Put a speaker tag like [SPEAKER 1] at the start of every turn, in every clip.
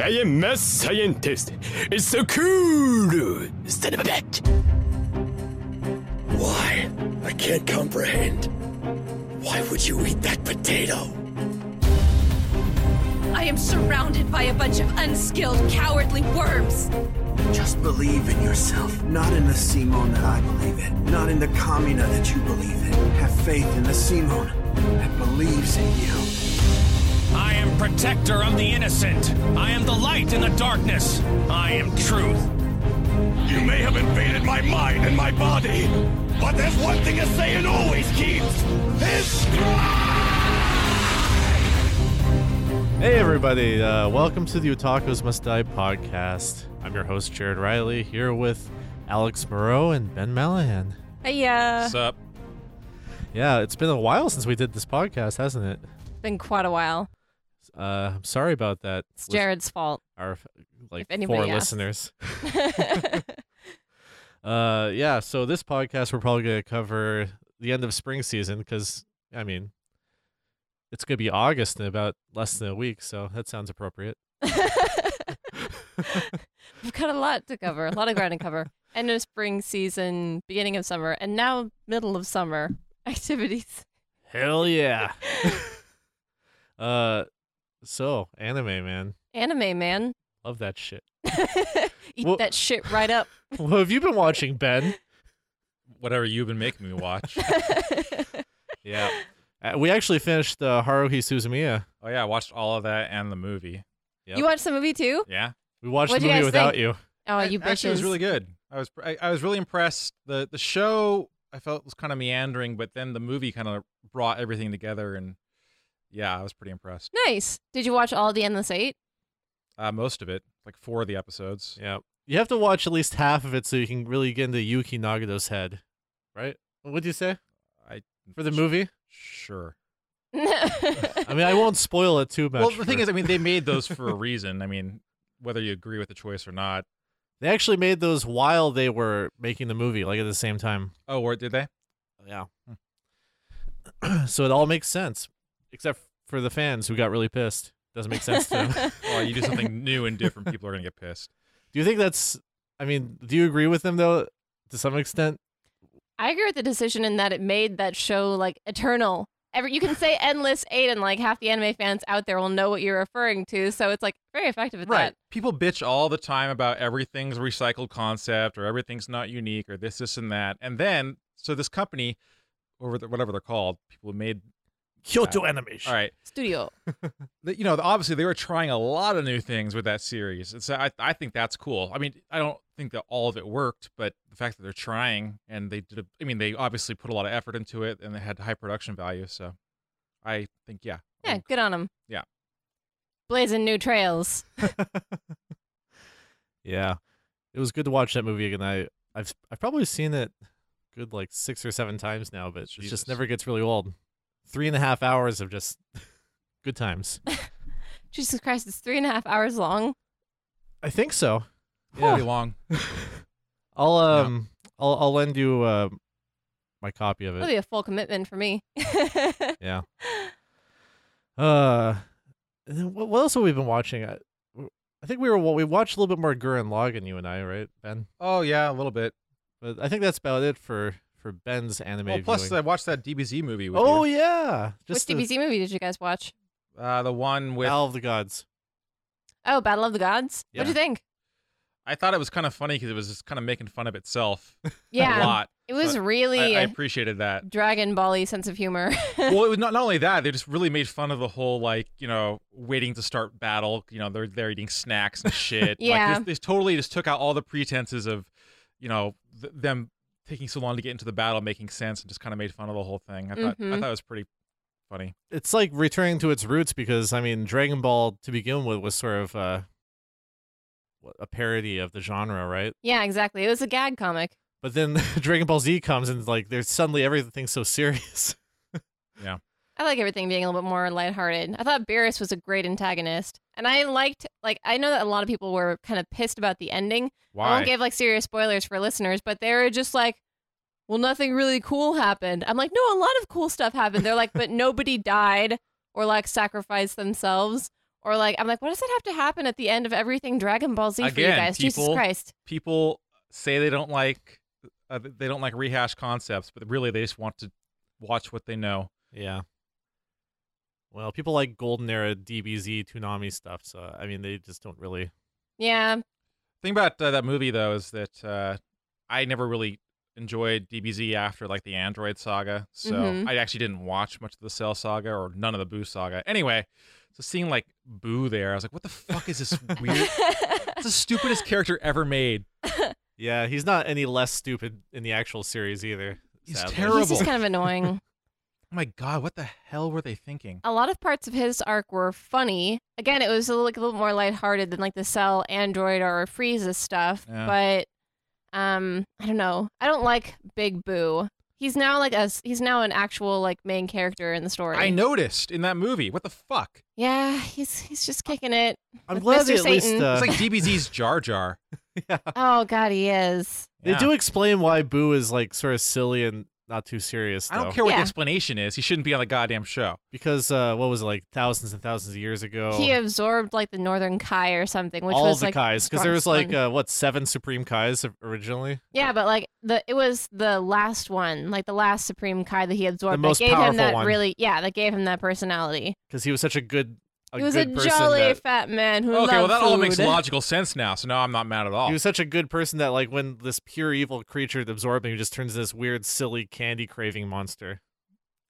[SPEAKER 1] I am math scientist. It's so cool. Son of a bitch.
[SPEAKER 2] Why? I can't comprehend. Why would you eat that potato?
[SPEAKER 3] I am surrounded by a bunch of unskilled, cowardly worms.
[SPEAKER 4] Just believe in yourself, not in the Simon that I believe in, not in the Kamina that you believe in. Have faith in the Simon that believes in you.
[SPEAKER 5] I am protector of the innocent. I am the light in the darkness. I am truth.
[SPEAKER 6] You may have invaded my mind and my body, but there's one thing a Saiyan always keeps. His
[SPEAKER 7] Hey, everybody. Uh, welcome to the Otakus Must Die podcast. I'm your host, Jared Riley, here with Alex Moreau and Ben Malahan.
[SPEAKER 3] Yeah,
[SPEAKER 5] What's up?
[SPEAKER 7] Yeah, it's been a while since we did this podcast, hasn't it?
[SPEAKER 3] been quite a while.
[SPEAKER 7] Uh, I'm sorry about that.
[SPEAKER 3] It's
[SPEAKER 7] lis-
[SPEAKER 3] Jared's fault.
[SPEAKER 7] Our like
[SPEAKER 3] if anybody
[SPEAKER 7] four
[SPEAKER 3] asks.
[SPEAKER 7] listeners. Uh, yeah. So this podcast, we're probably gonna cover the end of spring season because I mean, it's gonna be August in about less than a week, so that sounds appropriate.
[SPEAKER 3] We've got a lot to cover, a lot of ground to cover. End of spring season, beginning of summer, and now middle of summer activities.
[SPEAKER 7] Hell yeah. uh, so anime, man,
[SPEAKER 3] Anime, man.
[SPEAKER 7] love that shit.
[SPEAKER 3] Eat
[SPEAKER 7] Well-
[SPEAKER 3] that shit right up.
[SPEAKER 7] What have you been watching, Ben?
[SPEAKER 5] Whatever you've been making me watch.
[SPEAKER 7] yeah. Uh, we actually finished uh, Haruhi Suzumiya.
[SPEAKER 5] oh yeah, I watched all of that and the movie.
[SPEAKER 7] Yep.
[SPEAKER 3] You watched the movie too?
[SPEAKER 5] Yeah.
[SPEAKER 7] We watched
[SPEAKER 3] What'd
[SPEAKER 7] the
[SPEAKER 3] you
[SPEAKER 7] movie
[SPEAKER 3] guys
[SPEAKER 7] without
[SPEAKER 3] think?
[SPEAKER 7] you.
[SPEAKER 3] Oh,
[SPEAKER 5] I-
[SPEAKER 3] you
[SPEAKER 5] actually,
[SPEAKER 3] bitches.
[SPEAKER 5] it was really good. I was I, I was really impressed. the The show I felt was kind of meandering, but then the movie kind of brought everything together, and yeah, I was pretty impressed.
[SPEAKER 3] nice. Did you watch all the Endless Eight?
[SPEAKER 5] Uh, most of it, like four of the episodes.
[SPEAKER 7] Yeah. You have to watch at least half of it so you can really get into Yuki Nagato's head, right? What'd you say
[SPEAKER 5] I
[SPEAKER 7] for the
[SPEAKER 5] sh-
[SPEAKER 7] movie?
[SPEAKER 5] Sure.
[SPEAKER 7] I mean, I won't spoil it too much.
[SPEAKER 5] well, the thing
[SPEAKER 7] for-
[SPEAKER 5] is, I mean, they made those for a reason. I mean, whether you agree with the choice or not.
[SPEAKER 7] they actually made those while they were making the movie, like at the same time.
[SPEAKER 5] Oh, or did they?
[SPEAKER 7] Yeah. so it all makes sense, except for the fans who got really pissed. Doesn't make sense to them.
[SPEAKER 5] Or you do something new and different, people are gonna get pissed.
[SPEAKER 7] Do you think that's? I mean, do you agree with them though? To some extent,
[SPEAKER 3] I agree with the decision in that it made that show like eternal. Every, you can say endless eight, and like half the anime fans out there will know what you're referring to. So it's like very effective at
[SPEAKER 5] Right. People bitch all the time about everything's a recycled concept or everything's not unique or this, this, and that. And then, so this company, or the, whatever they're called, people who made,
[SPEAKER 7] Kyoto Animation.
[SPEAKER 5] all right,
[SPEAKER 3] that studio.
[SPEAKER 5] the, you know, obviously they were trying a lot of new things with that series. And so I, I think that's cool. I mean, I don't think that all of it worked, but the fact that they're trying and they did, a, I mean, they obviously put a lot of effort into it and they had high production value. So I think, yeah.
[SPEAKER 3] Yeah, good on them.
[SPEAKER 5] Yeah.
[SPEAKER 3] blazing new trails.
[SPEAKER 7] Yeah, it was good to watch that movie again. I I've I've probably seen it good like six or seven times now, but it
[SPEAKER 5] Jesus.
[SPEAKER 7] just never gets really old. Three and a half hours of just good times.
[SPEAKER 3] Jesus Christ, it's three and a half hours long.
[SPEAKER 7] I think so.
[SPEAKER 5] Yeah. Pretty long.
[SPEAKER 7] I'll um I'll I'll lend you uh, my copy of
[SPEAKER 3] That'll
[SPEAKER 7] it.
[SPEAKER 3] be a full commitment for me.
[SPEAKER 7] Yeah. Uh, and then what, what else have we been watching? I, I think we were we watched a little bit more Gurren Lagann, you and I, right, Ben?
[SPEAKER 5] Oh, yeah, a little bit.
[SPEAKER 7] But I think that's about it for for Ben's anime.
[SPEAKER 5] Well, plus, I
[SPEAKER 7] viewing.
[SPEAKER 5] watched that DBZ movie with you.
[SPEAKER 7] oh yeah,
[SPEAKER 3] Which
[SPEAKER 7] just the-
[SPEAKER 3] DBZ movie did you guys watch?
[SPEAKER 5] Uh, the one with
[SPEAKER 7] Battle of the Gods.
[SPEAKER 3] Oh, Battle of the Gods. What'd
[SPEAKER 7] Yeah.
[SPEAKER 3] you think?
[SPEAKER 5] I thought it was kind of funny because it was just kind of making fun of itself a
[SPEAKER 3] Yeah,
[SPEAKER 5] lot.
[SPEAKER 3] it was
[SPEAKER 5] but I,
[SPEAKER 3] really
[SPEAKER 5] I
[SPEAKER 3] a
[SPEAKER 5] appreciated that.
[SPEAKER 3] Dragon Ball-y sense of humor.
[SPEAKER 5] well, it was not not only that they just really made fun of the whole like you know waiting to start battle. You know they're they're eating snacks and shit.
[SPEAKER 3] Yeah.
[SPEAKER 5] like, they, they totally just took out all the pretenses of you know th- them taking so long to get into the battle making sense and just kind of made fun of the whole thing. I thought I
[SPEAKER 3] Mhm.
[SPEAKER 5] thought it was pretty funny.
[SPEAKER 7] It's like returning to its roots because I mean, Dragon Ball to begin with was sort of uh, what- a parody of the genre, right?
[SPEAKER 3] yeah, exactly. It was a gag comic.
[SPEAKER 7] But then Dragon Ball Z comes and like there's suddenly everything's so serious.
[SPEAKER 3] I like everything being a little bit more lighthearted. I thought Beerus was a great antagonist. And I liked, like, I know that a lot of people were kind of pissed about the ending. I
[SPEAKER 5] Why?
[SPEAKER 3] won't give, like, serious spoilers for listeners, but they were just like, well, nothing really cool happened. I'm like, no, a lot of cool stuff happened. They're like, but nobody died or, like, sacrificed themselves Or like, I'm like, what does that have to happen at the end of everything Dragon Ball Z for you
[SPEAKER 5] Again,
[SPEAKER 3] guys? Jesus
[SPEAKER 5] people-
[SPEAKER 3] Christ.
[SPEAKER 5] People say they don't like uh, they don't like rehash concepts, but really they just want to watch what they know.
[SPEAKER 7] Yeah. Well, people like Golden Era DBZ Toonami stuff, so I mean they just don't really
[SPEAKER 3] Yeah.
[SPEAKER 5] thing about uh, that movie though is that uh, I never really enjoyed DBZ after like the Android saga, so
[SPEAKER 3] Mhm.
[SPEAKER 5] I actually didn't watch much of the Cell saga or none of the Boo saga. Anyway, so seeing like Boo there, I was like, what the fuck is this weird? It's the stupidest character ever made.
[SPEAKER 7] Yeah, he's not any less stupid in the actual series either.
[SPEAKER 5] He's
[SPEAKER 7] sadly.
[SPEAKER 5] terrible.
[SPEAKER 3] He's just kind of annoying.
[SPEAKER 5] Oh my god, what the hell were they thinking?
[SPEAKER 3] a lot of parts of his arc were funny. Again, it was a little, like a little more lighthearted than like the Cell, Android, or Frieza stuff.
[SPEAKER 5] Yeah.
[SPEAKER 3] But um, I don't know. I don't like Big Boo. He's now like a s- he's now an actual like main character in the story.
[SPEAKER 5] I noticed in that movie. What the fuck?
[SPEAKER 3] Yeah, he's he's just kicking it.
[SPEAKER 7] I'm
[SPEAKER 3] With
[SPEAKER 7] glad
[SPEAKER 3] Mr.
[SPEAKER 7] they at least
[SPEAKER 3] Satan.
[SPEAKER 7] uh,
[SPEAKER 5] It's like DBZ's Jar Jar.
[SPEAKER 3] Oh God, he is.
[SPEAKER 5] Yeah.
[SPEAKER 7] they do explain why Boo is like sort of silly and not too serious.
[SPEAKER 5] I don't
[SPEAKER 7] though.
[SPEAKER 5] care what
[SPEAKER 3] Yeah.
[SPEAKER 5] the explanation is. He shouldn't be on the goddamn show.
[SPEAKER 7] because uh, what was it like thousands and thousands of years ago?
[SPEAKER 3] He absorbed like the Northern Kai or something, which
[SPEAKER 7] Oh. all
[SPEAKER 3] was
[SPEAKER 7] of the
[SPEAKER 3] like
[SPEAKER 7] Kais, because there was
[SPEAKER 3] strong-
[SPEAKER 7] like uh, what seven Supreme Kais originally.
[SPEAKER 3] yeah, but like the it was the last one, like the last Supreme Kai that he absorbed.
[SPEAKER 7] most
[SPEAKER 3] that gave him
[SPEAKER 7] powerful
[SPEAKER 3] that
[SPEAKER 7] one.
[SPEAKER 3] really yeah, that gave him that personality.
[SPEAKER 7] Because he was such a good, a
[SPEAKER 3] he was a
[SPEAKER 7] good person
[SPEAKER 3] jolly
[SPEAKER 7] that-
[SPEAKER 3] fat man who loved
[SPEAKER 5] Okay, well that all
[SPEAKER 3] food.
[SPEAKER 5] makes logical sense now. So now I'm not mad at
[SPEAKER 3] Oh.
[SPEAKER 5] all.
[SPEAKER 7] He was such a good person that like when this pure evil creature absorbed him, he just turns into this weird, silly candy craving monster.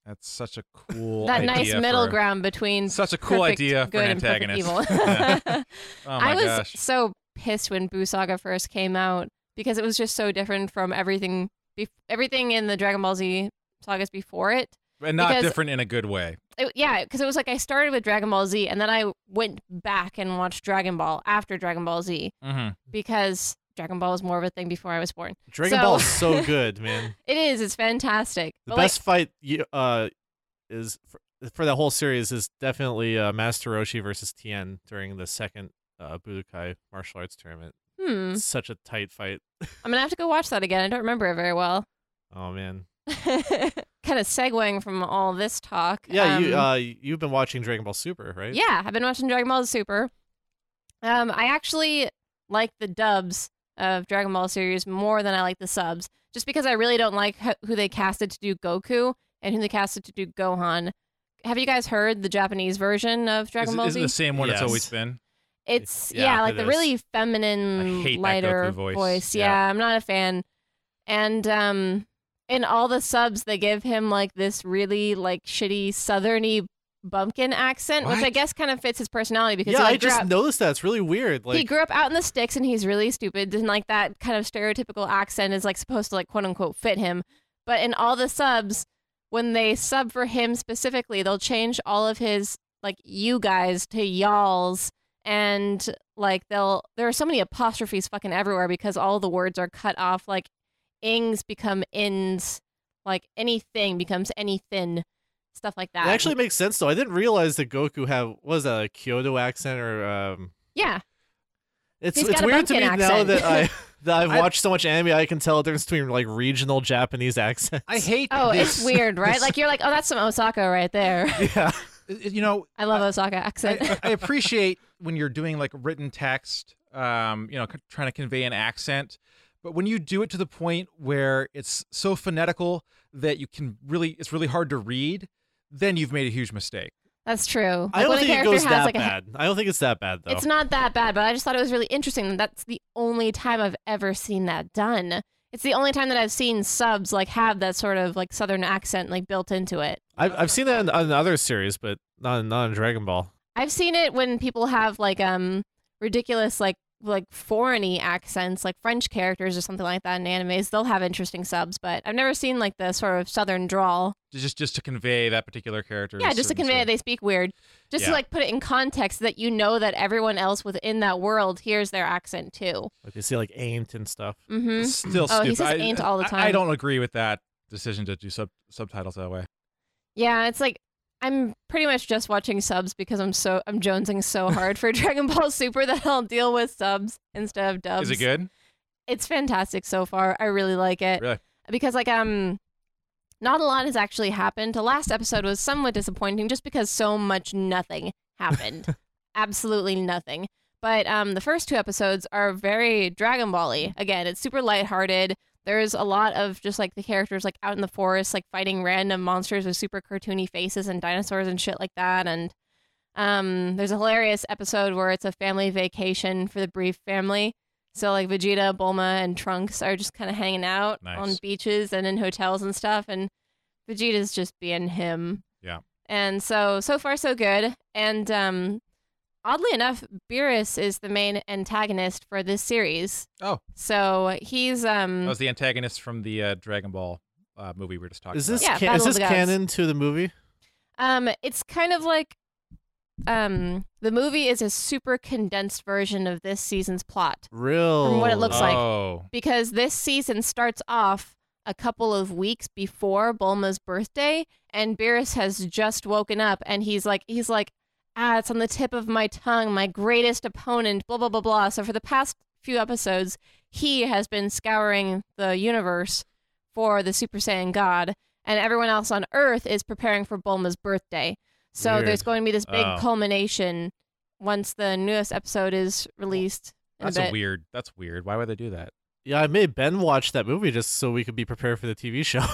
[SPEAKER 5] That's such a cool
[SPEAKER 3] that
[SPEAKER 5] idea
[SPEAKER 3] nice
[SPEAKER 5] for
[SPEAKER 3] middle
[SPEAKER 5] a-
[SPEAKER 3] ground between
[SPEAKER 5] Such a cool
[SPEAKER 3] perfect
[SPEAKER 5] idea for
[SPEAKER 3] good
[SPEAKER 5] an
[SPEAKER 3] and perfect
[SPEAKER 5] antagonist.
[SPEAKER 3] evil.
[SPEAKER 5] Yeah. oh my
[SPEAKER 3] I was
[SPEAKER 5] gosh.
[SPEAKER 3] so pissed when Boo Saga first came out because it was just so different from everything, bef everything in the Dragon Ball Z sagas before it.
[SPEAKER 5] And not
[SPEAKER 3] because-
[SPEAKER 5] different in a good way.
[SPEAKER 3] it yeah, because it was like I started with Dragon Ball Z and then I went back and watched Dragon Ball after Dragon Ball Z
[SPEAKER 5] hmm
[SPEAKER 3] because Dragon Ball was more of a thing before I was born.
[SPEAKER 7] Dragon
[SPEAKER 3] So-
[SPEAKER 7] Ball is so good, man.
[SPEAKER 3] It is, it's fantastic.
[SPEAKER 7] The
[SPEAKER 3] But, like,
[SPEAKER 7] best fight you, uh, is for, for the whole series is definitely uh, Master Roshi versus Tien during the second uh, Budokai martial arts tournament.
[SPEAKER 3] hmm,
[SPEAKER 7] It's such a tight fight.
[SPEAKER 3] I'm gonna have to go watch that again. I don't remember it very well.
[SPEAKER 7] Oh man,
[SPEAKER 3] kind of segueing from all this talk.
[SPEAKER 7] yeah. you
[SPEAKER 3] um,
[SPEAKER 7] uh, you've been watching Dragon Ball Super, right?
[SPEAKER 3] Yeah, I've been watching Dragon Ball Super. Um, I actually like the dubs of Dragon Ball series more than I like the subs, just because I really don't like ho- who they casted to do Goku and who they casted to do Gohan. Have you guys heard the Japanese version of Dragon
[SPEAKER 5] Is,
[SPEAKER 3] Ball
[SPEAKER 5] is it
[SPEAKER 3] Z?
[SPEAKER 5] the same one
[SPEAKER 7] Yes.
[SPEAKER 5] it's always been?
[SPEAKER 3] it's yeah,
[SPEAKER 7] yeah,
[SPEAKER 3] like
[SPEAKER 7] it
[SPEAKER 3] the
[SPEAKER 7] is.
[SPEAKER 3] really
[SPEAKER 5] I
[SPEAKER 3] feminine,
[SPEAKER 5] hate that
[SPEAKER 3] lighter
[SPEAKER 5] Goku voice.
[SPEAKER 3] Yeah.
[SPEAKER 5] Yeah.
[SPEAKER 3] I'm not a fan. And um, in all the subs, they give him like this really like shitty southerny bumpkin accent, which I
[SPEAKER 5] What?
[SPEAKER 3] guess kind of fits his personality because
[SPEAKER 7] yeah.
[SPEAKER 3] he, like,
[SPEAKER 7] I
[SPEAKER 3] grew
[SPEAKER 7] just
[SPEAKER 3] up-
[SPEAKER 7] noticed that. It's really weird. Like
[SPEAKER 3] he grew up out in the sticks and he's really stupid and like that kind of stereotypical accent is like supposed to like quote unquote fit him but in all the subs when they sub for him specifically they'll change all of his like you guys to y'alls and like they'll there are so many apostrophes fucking everywhere because all the words are cut off like ings become ins like anything becomes anything stuff like that
[SPEAKER 7] It actually makes sense though. I didn't realize that Goku had what was that a Kyoto accent or um.
[SPEAKER 3] yeah
[SPEAKER 7] It's
[SPEAKER 3] He's
[SPEAKER 7] it's
[SPEAKER 3] got a
[SPEAKER 7] weird to me
[SPEAKER 3] bumpkin
[SPEAKER 7] now
[SPEAKER 3] accent.
[SPEAKER 7] that I that I've
[SPEAKER 5] I-
[SPEAKER 7] watched so much anime. I can tell the difference between like regional Japanese accents.
[SPEAKER 5] I hate
[SPEAKER 3] oh
[SPEAKER 5] this. uh,
[SPEAKER 3] it's weird right like you're like oh that's some osaka right there
[SPEAKER 7] yeah,
[SPEAKER 5] You know,
[SPEAKER 3] I love Osaka accent.
[SPEAKER 5] I, I appreciate when you're doing like written text, um, you know, c- trying to convey an accent. But when you do it to the point where it's so phonetical that you can really, it's really hard to read, then you've made a huge mistake.
[SPEAKER 3] That's true.
[SPEAKER 7] I don't
[SPEAKER 3] when
[SPEAKER 7] think
[SPEAKER 3] a
[SPEAKER 7] it
[SPEAKER 3] character
[SPEAKER 7] goes
[SPEAKER 3] has
[SPEAKER 7] that
[SPEAKER 3] like a,
[SPEAKER 7] bad. I don't think it's that bad though.
[SPEAKER 3] It's not that bad, but I just thought it was really interesting that that's the only time I've ever seen that done. It's the only time that I've seen subs like have that sort of like southern accent like built into it.
[SPEAKER 7] I've I've seen that in, in other series, but not in- not in Dragon Ball.
[SPEAKER 3] I've seen it when people have like um ridiculous like like foreigny accents, like French characters or something like that in animes. They'll have interesting subs, but I've never seen like the sort of southern drawl.
[SPEAKER 5] Just, just to convey that particular character.
[SPEAKER 3] Yeah,
[SPEAKER 5] is
[SPEAKER 3] just to
[SPEAKER 5] certain
[SPEAKER 3] convey
[SPEAKER 5] sort
[SPEAKER 3] that they speak weird. Just to
[SPEAKER 5] Yeah.
[SPEAKER 3] like put it in context that you know that everyone else within that world hears their accent too.
[SPEAKER 7] Like they say like ain't and stuff.
[SPEAKER 3] hmm
[SPEAKER 5] It's Still
[SPEAKER 3] Oh,
[SPEAKER 5] stupid.
[SPEAKER 3] he says
[SPEAKER 5] I-
[SPEAKER 3] ain't all the
[SPEAKER 5] I- I,
[SPEAKER 3] time.
[SPEAKER 5] don't agree with that decision to do sub- subtitles that way.
[SPEAKER 3] Yeah, it's like I'm pretty much just watching subs because I'm so I'm jonesing so hard for Dragon Ball Super that I'll deal with subs instead of dubs.
[SPEAKER 5] Is it good?
[SPEAKER 3] It's fantastic so far. I really like it.
[SPEAKER 5] Really?
[SPEAKER 3] Because like um not a lot has actually happened. The last episode was somewhat disappointing just because so much nothing happened. absolutely nothing. But um, the first two episodes are very Dragon Ball-y. Again, it's super lighthearted. There's a lot of just like the characters like out in the forest, like fighting random monsters with super cartoony faces and dinosaurs and shit like that. And um, there's a hilarious episode where it's a family vacation for the Brief family. So like Vegeta, Bulma, and Trunks are just kind of hanging out
[SPEAKER 5] Nice.
[SPEAKER 3] on beaches and in hotels and stuff, and Vegeta's just being him.
[SPEAKER 5] Yeah.
[SPEAKER 3] And so so far so good. And um, oddly enough, Beerus is the main antagonist for this series.
[SPEAKER 5] Oh.
[SPEAKER 3] So he's um.
[SPEAKER 5] That was the antagonist from the uh, Dragon Ball uh, movie we were just talking
[SPEAKER 7] Is
[SPEAKER 5] about.
[SPEAKER 7] this
[SPEAKER 3] Yeah,
[SPEAKER 7] ca-
[SPEAKER 3] Battle
[SPEAKER 7] is
[SPEAKER 3] of
[SPEAKER 7] this
[SPEAKER 3] the Gods.
[SPEAKER 7] canon to the movie?
[SPEAKER 3] Um, it's kind of like um the movie is a super condensed version of this season's plot
[SPEAKER 7] Real. Uh,
[SPEAKER 3] From what it looks like.
[SPEAKER 5] Oh,
[SPEAKER 3] because this season starts off a couple of weeks before Bulma's birthday and Beerus has just woken up and he's like he's like ah it's on the tip of my tongue my greatest opponent blah blah blah blah so for the past few episodes he has been scouring the universe for the Super Saiyan God and everyone else on earth is preparing for Bulma's birthday so
[SPEAKER 7] Weird.
[SPEAKER 3] there's going to be this big
[SPEAKER 5] Oh.
[SPEAKER 3] culmination once the newest episode is released in
[SPEAKER 5] that's
[SPEAKER 3] a
[SPEAKER 5] a
[SPEAKER 3] bit.
[SPEAKER 5] weird. That's weird. Why would they do that?
[SPEAKER 7] Yeah, I made Ben watch that movie just so we could be prepared for the TV show.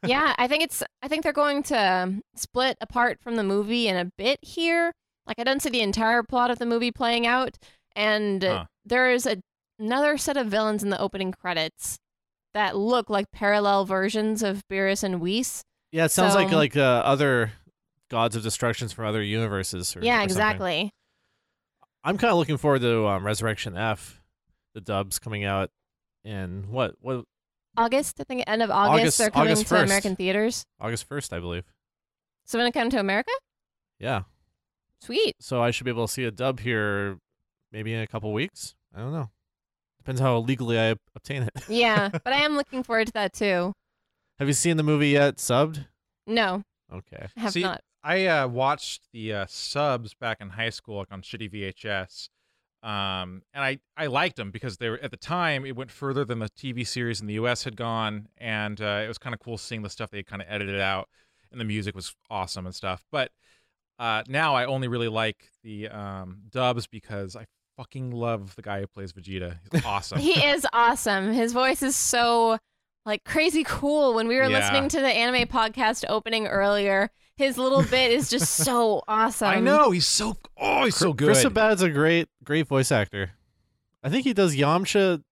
[SPEAKER 3] yeah, I think it's. I think they're going to um, split apart from the movie in a bit here. Like I don't see the entire plot of the movie playing out, and uh
[SPEAKER 5] Huh.
[SPEAKER 3] there is a, another set of villains in the opening credits that look like parallel versions of Beerus and Whis.
[SPEAKER 7] yeah, it sounds like
[SPEAKER 3] So-
[SPEAKER 7] like uh, other gods of destructions from other universes. Or, or
[SPEAKER 3] yeah,
[SPEAKER 7] something.
[SPEAKER 3] exactly.
[SPEAKER 7] I'm kind of looking forward to um, Resurrection F, the dubs coming out in what what
[SPEAKER 3] August, I think, end of August,
[SPEAKER 7] August-
[SPEAKER 3] they're coming
[SPEAKER 7] August
[SPEAKER 3] to
[SPEAKER 7] 1st.
[SPEAKER 3] American theaters.
[SPEAKER 7] August first, I believe.
[SPEAKER 3] So when it come to America,
[SPEAKER 7] Yeah,
[SPEAKER 3] sweet.
[SPEAKER 7] so I should be able to see a dub here, maybe in a couple weeks. I don't know. Depends how legally I obtain it.
[SPEAKER 3] Yeah, but I am looking forward to that too.
[SPEAKER 7] Have you seen the movie yet? Subbed.
[SPEAKER 3] No,
[SPEAKER 7] Okay.
[SPEAKER 3] I have
[SPEAKER 5] See,
[SPEAKER 3] not.
[SPEAKER 5] I uh, watched the uh, subs back in high school, like on shitty VHS, um, and I I liked them because they were at the time it went further than the TV series in the U.S. had gone, and uh, it was kind of cool seeing the stuff they had kind of edited out, and the music was awesome and stuff. But uh, now I only really like the um, dubs because I fucking love the guy who plays Vegeta. He's awesome.
[SPEAKER 3] he is awesome. His voice is so like crazy cool. When we were
[SPEAKER 5] Yeah.
[SPEAKER 3] listening to the anime podcast opening earlier, his little bit is just so awesome.
[SPEAKER 5] I know he's so oh he's so good.
[SPEAKER 7] Chris Abad's a great, great voice actor. I think he does Yamcha,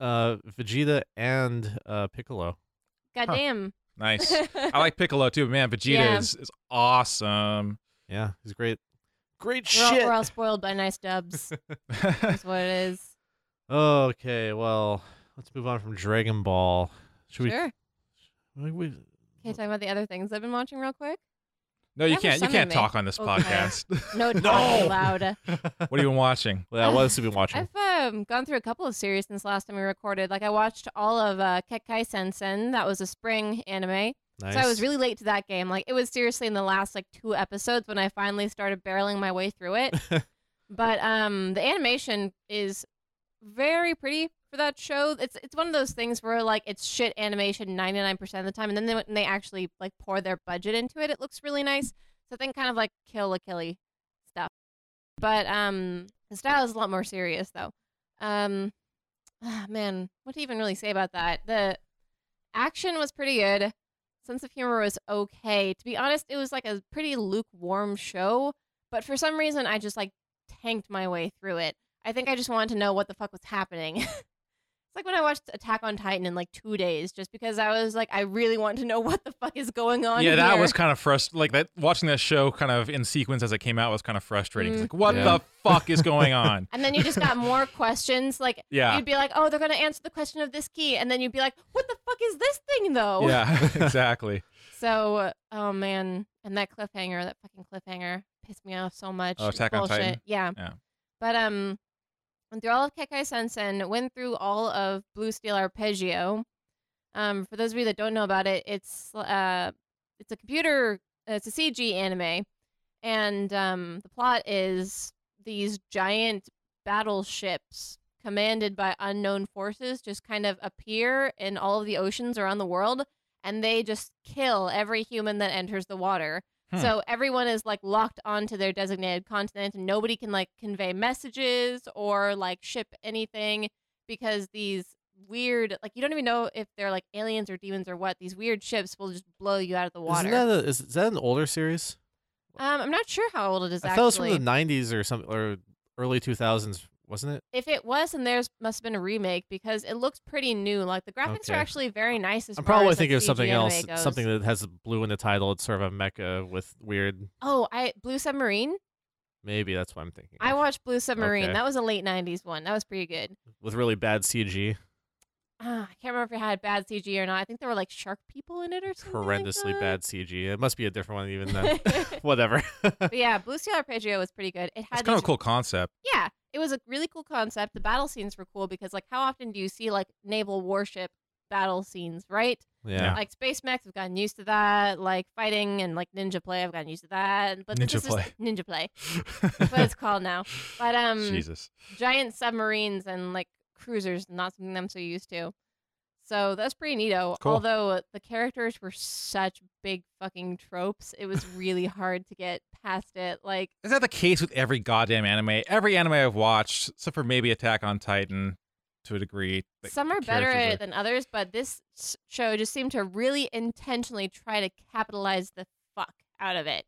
[SPEAKER 7] uh, Vegeta, and uh, Piccolo.
[SPEAKER 3] God
[SPEAKER 5] Huh.
[SPEAKER 3] damn.
[SPEAKER 5] nice. I like Piccolo too, but man. Vegeta
[SPEAKER 3] Yeah.
[SPEAKER 5] is, is awesome.
[SPEAKER 7] Yeah, he's great. Great
[SPEAKER 3] we're, all,
[SPEAKER 7] shit.
[SPEAKER 3] we're all spoiled by nice dubs. That's what it is.
[SPEAKER 7] okay, well, let's move on from Dragon Ball. Should
[SPEAKER 3] sure.
[SPEAKER 7] we? we
[SPEAKER 3] Can you talk about the other things I've been watching real quick?
[SPEAKER 5] No, you
[SPEAKER 3] That was
[SPEAKER 5] can't. You
[SPEAKER 3] some
[SPEAKER 5] can't
[SPEAKER 3] anime.
[SPEAKER 5] talk on this
[SPEAKER 3] Okay.
[SPEAKER 5] podcast.
[SPEAKER 3] No, talking loud.
[SPEAKER 5] what have you been watching?
[SPEAKER 7] well, what else have you been watching?
[SPEAKER 3] I've um, gone through a couple of series since last time we recorded. Like I watched all of uh, Kekkai Sensen. That was a spring anime.
[SPEAKER 7] nice.
[SPEAKER 3] So I was really late to that game. Like it was seriously in the last like two episodes when I finally started barreling my way through it. but um the animation is very pretty for that show. It's it's one of those things where like it's shit animation 99% of the time and then they, when they actually like pour their budget into it, it looks really nice. So I think kind of like Kill a Killy stuff. But um the style is a lot more serious though. Um ah, man, what do you even really say about that? The action was pretty good sense of humor was okay. To be honest, it was like a pretty lukewarm show, but for some reason I just like tanked my way through it. I think I just wanted to know what the fuck was happening. it's like when I watched Attack on Titan in like 2 days just because I was like I really want to know what the fuck is going on
[SPEAKER 5] yeah, that
[SPEAKER 3] here.
[SPEAKER 5] was kind of frustrating. Like that, watching that show kind of in sequence as it came out was kind of frustrating. 'cause,
[SPEAKER 3] Mm.
[SPEAKER 5] Like, what
[SPEAKER 7] Yeah.
[SPEAKER 5] the fuck is going on?
[SPEAKER 3] and then you just got more questions like
[SPEAKER 5] Yeah,
[SPEAKER 3] you'd be like, "Oh, they're going to answer the question of this key." And then you'd be like, "What the fuck is this thing though?"
[SPEAKER 5] yeah, exactly.
[SPEAKER 3] So, oh man, and that cliffhanger, that fucking cliffhanger, pissed me off so much.
[SPEAKER 5] Oh,
[SPEAKER 3] It's
[SPEAKER 5] Attack on
[SPEAKER 3] bullshit.
[SPEAKER 5] Titan?
[SPEAKER 3] Yeah.
[SPEAKER 5] Yeah.
[SPEAKER 3] But um, went through all of Kekai Sensen, went through all of Blue Steel Arpeggio. Um, for those of you that don't know about it, it's uh, it's a computer, it's a CG anime, and um, the plot is these giant battleships commanded by unknown forces just kind of appear in all of the oceans around the world and they just kill every human that enters the water.
[SPEAKER 5] Hmm.
[SPEAKER 3] So everyone is like locked onto their designated continent and nobody can like convey messages or like ship anything because these weird like you don't even know if they're like aliens or demons or what. These weird ships will just blow you out of the water.
[SPEAKER 7] Isn't that a, is, is that an older series?
[SPEAKER 3] um I'm not sure how old it is
[SPEAKER 7] I
[SPEAKER 3] actually.
[SPEAKER 7] thought it was from the '90s or something, or early 2000s, wasn't it?
[SPEAKER 3] if it was and theirs must have been a remake because it looks pretty new. Like the graphics
[SPEAKER 7] Okay.
[SPEAKER 3] are actually very nice as
[SPEAKER 7] I'm
[SPEAKER 3] far
[SPEAKER 7] probably
[SPEAKER 3] as, like,
[SPEAKER 7] thinking of
[SPEAKER 3] CG
[SPEAKER 7] something
[SPEAKER 3] anime
[SPEAKER 7] else,
[SPEAKER 3] goes.
[SPEAKER 7] something that has blue in the title. It's sort of a mecha with weird.
[SPEAKER 3] Oh, I Blue Submarine.
[SPEAKER 7] Maybe that's what I'm thinking.
[SPEAKER 3] I
[SPEAKER 7] of.
[SPEAKER 3] watched Blue Submarine.
[SPEAKER 7] Okay.
[SPEAKER 3] That was a late '90s one. That was pretty good.
[SPEAKER 7] with really bad CG,
[SPEAKER 3] Ah, I can't remember if it had bad CG or not. I think there were like shark people in it or something. like
[SPEAKER 7] horrendously
[SPEAKER 3] that.
[SPEAKER 7] bad CG. It must be a different one even then. Whatever.
[SPEAKER 3] but yeah, Blue Seal Arpeggio was pretty good. It
[SPEAKER 5] It's
[SPEAKER 3] had
[SPEAKER 5] kind
[SPEAKER 3] these,
[SPEAKER 5] of a cool concept.
[SPEAKER 3] yeah, it was a really cool concept. The battle scenes were cool because like how often do you see like naval warship battle scenes, right?
[SPEAKER 7] Yeah.
[SPEAKER 3] Like space mechs, I've gotten used to that. Like fighting and like ninja play, I've gotten used to that. But
[SPEAKER 5] Ninja
[SPEAKER 3] this
[SPEAKER 5] play.
[SPEAKER 3] is ninja play. That's what it's called now. But um,
[SPEAKER 5] Jesus.
[SPEAKER 3] giant submarines and like cruisers, not something I'm so used to. So that's pretty neato.
[SPEAKER 5] Cool.
[SPEAKER 3] Although uh, the characters were such big fucking tropes, it was really hard to get past it. Like,
[SPEAKER 5] Is that the case with every goddamn anime? Every anime I've watched, except for maybe Attack on Titan to a degree. the
[SPEAKER 3] some are better at
[SPEAKER 5] characters
[SPEAKER 3] it than others, but this s- show just seemed to really intentionally try to capitalize the fuck out of it.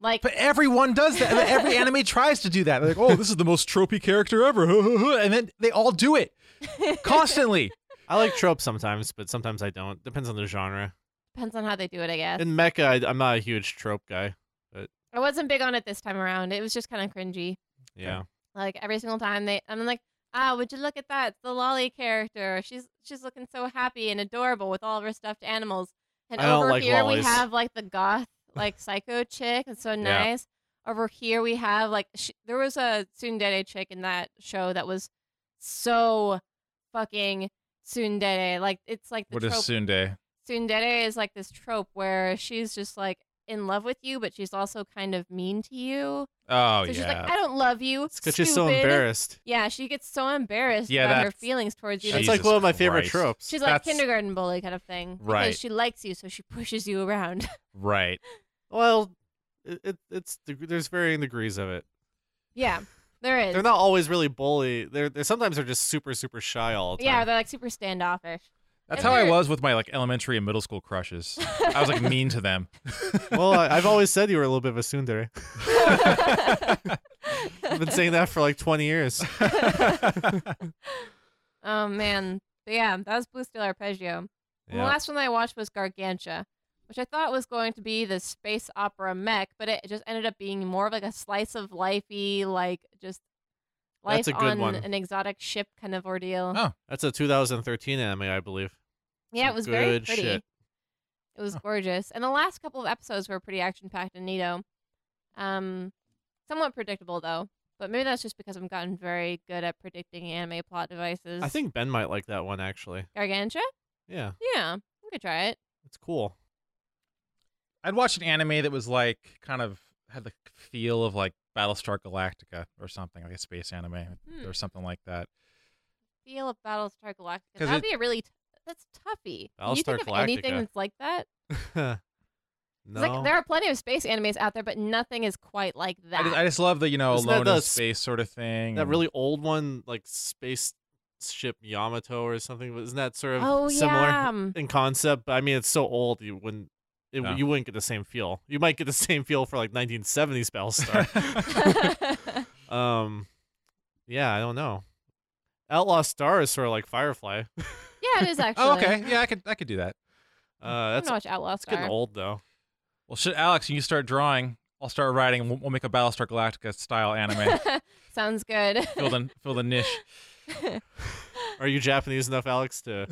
[SPEAKER 3] Like,
[SPEAKER 5] But everyone does that. Every anime tries to do that. They're like, oh, this is the most tropey character ever. and then they all do it constantly.
[SPEAKER 7] I like tropes sometimes, but sometimes I don't. Depends on the genre.
[SPEAKER 3] depends on how they do it, I guess.
[SPEAKER 7] In mecha, I, I'm not a huge trope guy.
[SPEAKER 3] I wasn't big on it this time around. It was just kind of cringy.
[SPEAKER 7] Yeah.
[SPEAKER 3] Like every single time they, I'm like, ah, would you look at that? It's the lolly character. She's she's looking so happy and adorable with all of her stuffed animals. And
[SPEAKER 7] I don't
[SPEAKER 3] over
[SPEAKER 7] like
[SPEAKER 3] here we
[SPEAKER 7] lollies.
[SPEAKER 3] have like the goth like psycho chick. It's so nice. Over here we have like sh there was a tsundere chick in that show that was so fucking tsundere. Like it's like the
[SPEAKER 5] What is
[SPEAKER 3] trope
[SPEAKER 5] Sunday?
[SPEAKER 3] tsundere is like this trope where she's just like in love with you, but she's also kind of mean to you.
[SPEAKER 5] Oh,
[SPEAKER 3] so she's
[SPEAKER 5] yeah.
[SPEAKER 3] like, "Ah." I don't love you.
[SPEAKER 7] It's because she's so
[SPEAKER 3] stupid."
[SPEAKER 7] embarrassed.
[SPEAKER 3] Yeah, she gets so embarrassed
[SPEAKER 5] Yeah,
[SPEAKER 3] about her
[SPEAKER 5] that's-
[SPEAKER 3] feelings towards you.
[SPEAKER 5] That's
[SPEAKER 3] that
[SPEAKER 7] It's
[SPEAKER 3] she-
[SPEAKER 7] like one of my favorite
[SPEAKER 5] Jesus Christ.
[SPEAKER 7] tropes.
[SPEAKER 3] she's like
[SPEAKER 5] that's-
[SPEAKER 3] kindergarten bully kind of thing.
[SPEAKER 5] Right.
[SPEAKER 3] Because she likes you, so she pushes you around.
[SPEAKER 5] right.
[SPEAKER 7] Well, it, it, it's there's varying degrees of it.
[SPEAKER 3] yeah, there is.
[SPEAKER 7] They're not always really bully. They're, they're sometimes they're just super super shy all the time.
[SPEAKER 3] yeah, they're like super standoffish.
[SPEAKER 5] That's
[SPEAKER 3] Is
[SPEAKER 5] how I
[SPEAKER 3] there-
[SPEAKER 5] was with my like elementary and middle school crushes. I was like mean to them.
[SPEAKER 7] well, I, I've always said you were a little bit of a tsundere. I've been saying that for like 20 years.
[SPEAKER 3] Oh man, but yeah, that was Blue Steel Arpeggio. And the
[SPEAKER 7] Yeah.
[SPEAKER 3] last one that I watched was Gargantua, which I thought was going to be the space opera mech, but it just ended up being more of like a slice of lifey, like just life
[SPEAKER 7] That's a good
[SPEAKER 3] on
[SPEAKER 7] one.
[SPEAKER 3] an exotic ship kind of ordeal.
[SPEAKER 5] Oh,
[SPEAKER 7] That's a 2013 anime, I believe.
[SPEAKER 3] yeah,
[SPEAKER 7] some
[SPEAKER 3] it was very
[SPEAKER 7] good
[SPEAKER 3] pretty.
[SPEAKER 7] shit.
[SPEAKER 3] It was gorgeous, and the last couple of episodes were pretty action packed and neato. Um, somewhat predictable though, but maybe that's just because I've gotten very good at predicting anime plot devices.
[SPEAKER 7] I think Ben might like that one actually.
[SPEAKER 3] Gargantua.
[SPEAKER 7] Yeah,
[SPEAKER 3] Yeah, we could try it.
[SPEAKER 7] it's cool.
[SPEAKER 5] I'd watch an anime that was like kind of had the feel of like Battlestar Galactica or something, like a space anime
[SPEAKER 3] Hmm.
[SPEAKER 5] or something like that.
[SPEAKER 3] feel of Battlestar Galactica.
[SPEAKER 5] 'Cause
[SPEAKER 3] That'd
[SPEAKER 5] it-
[SPEAKER 3] be a really t- that's toughy. Can you
[SPEAKER 7] Battlestar
[SPEAKER 3] think of anything
[SPEAKER 7] Galactica.
[SPEAKER 3] that's like that?
[SPEAKER 7] no,
[SPEAKER 3] 'Cause, Like there are plenty of space animes out there, but nothing is quite like that.
[SPEAKER 5] I just, I just love the you know
[SPEAKER 7] Isn't that
[SPEAKER 5] alone
[SPEAKER 7] the
[SPEAKER 5] in
[SPEAKER 7] sp-
[SPEAKER 5] space sort of thing.
[SPEAKER 7] that
[SPEAKER 5] and-
[SPEAKER 7] really old one, like space ship Yamato or something. Isn't that sort of
[SPEAKER 3] oh
[SPEAKER 7] similar
[SPEAKER 3] yeah, um,
[SPEAKER 7] in concept? But I mean, it's so old you wouldn't. It,
[SPEAKER 5] No.
[SPEAKER 7] You wouldn't get the same feel. You might get the same feel for like 1970s Battlestar. um, yeah, I don't know. Outlaw Star is sort of like Firefly. Uh,
[SPEAKER 3] yeah, it is actually.
[SPEAKER 5] Oh, okay. Yeah, I could I could do that.
[SPEAKER 3] I'm
[SPEAKER 7] Uh, that's
[SPEAKER 3] gonna watch Outlaw
[SPEAKER 7] that's getting
[SPEAKER 3] Star.
[SPEAKER 7] old though.
[SPEAKER 5] Well, shit, Alex, you start drawing. I'll start writing. and We'll, we'll make a Battlestar Galactica style anime.
[SPEAKER 3] Sounds good.
[SPEAKER 5] fill the fill the niche.
[SPEAKER 7] Are you Japanese enough, Alex, to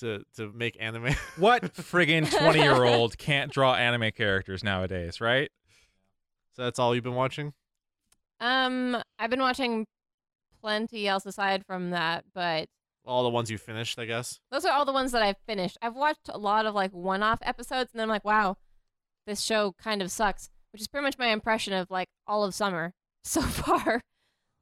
[SPEAKER 7] to to make anime?
[SPEAKER 5] What friggin' twenty year old can't draw anime characters nowadays, right?
[SPEAKER 7] so that's all you've been watching.
[SPEAKER 3] um, I've been watching plenty else aside from that, but
[SPEAKER 7] All the ones you finished, I guess.
[SPEAKER 3] those are all the ones that I've finished. I've watched a lot of like one-off episodes, and then I'm like, wow, this show kind of sucks, which is pretty much my impression of like all of summer so far.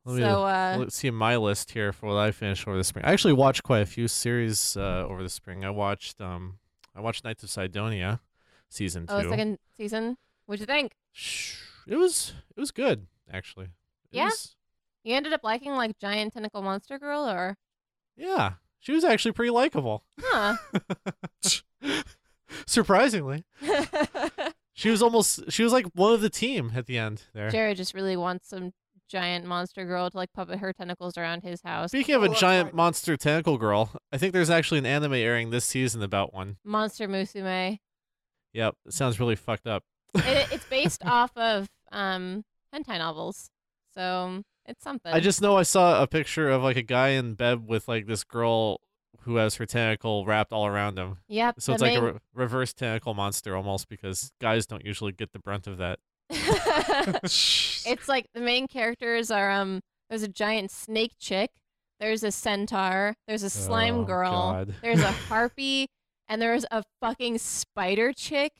[SPEAKER 7] Let me-
[SPEAKER 3] so uh,
[SPEAKER 7] Let's see my list here for what I finished over the spring. I actually watched quite a few series uh, over the spring. I watched um I watched Knights of Sidonia season two.
[SPEAKER 3] oh, second season. What'd you think?
[SPEAKER 7] Shh. It was it was good actually. It
[SPEAKER 3] Yeah?
[SPEAKER 7] was-
[SPEAKER 3] You ended up liking like giant tentacle monster girl, or
[SPEAKER 7] yeah. She was actually pretty likable.
[SPEAKER 3] huh?
[SPEAKER 7] Surprisingly, she was almost she was like one of the team at the end there.
[SPEAKER 3] Jared just really wants some giant monster girl to like puppet her tentacles around his house.
[SPEAKER 7] Speaking of a
[SPEAKER 4] Well, that's
[SPEAKER 7] giant
[SPEAKER 4] right.
[SPEAKER 7] monster tentacle girl, I think there's actually an anime airing this season about one.
[SPEAKER 3] Monster Musume.
[SPEAKER 7] Yep, it sounds really fucked up.
[SPEAKER 3] It, it's based off of um hentai novels, so it's something.
[SPEAKER 7] I just know I saw a picture of like a guy in bed with like this girl who has her tentacle wrapped all around him.
[SPEAKER 3] yep.
[SPEAKER 7] So
[SPEAKER 3] the
[SPEAKER 7] it's like a
[SPEAKER 3] main-
[SPEAKER 7] re- reverse tentacle monster almost because guys don't usually get the brunt of that.
[SPEAKER 3] it's like the main characters are um there's a giant snake chick, there's a centaur, there's a slime
[SPEAKER 7] Oh,
[SPEAKER 3] girl,
[SPEAKER 7] God.
[SPEAKER 3] there's a harpy, and there's a fucking spider chick.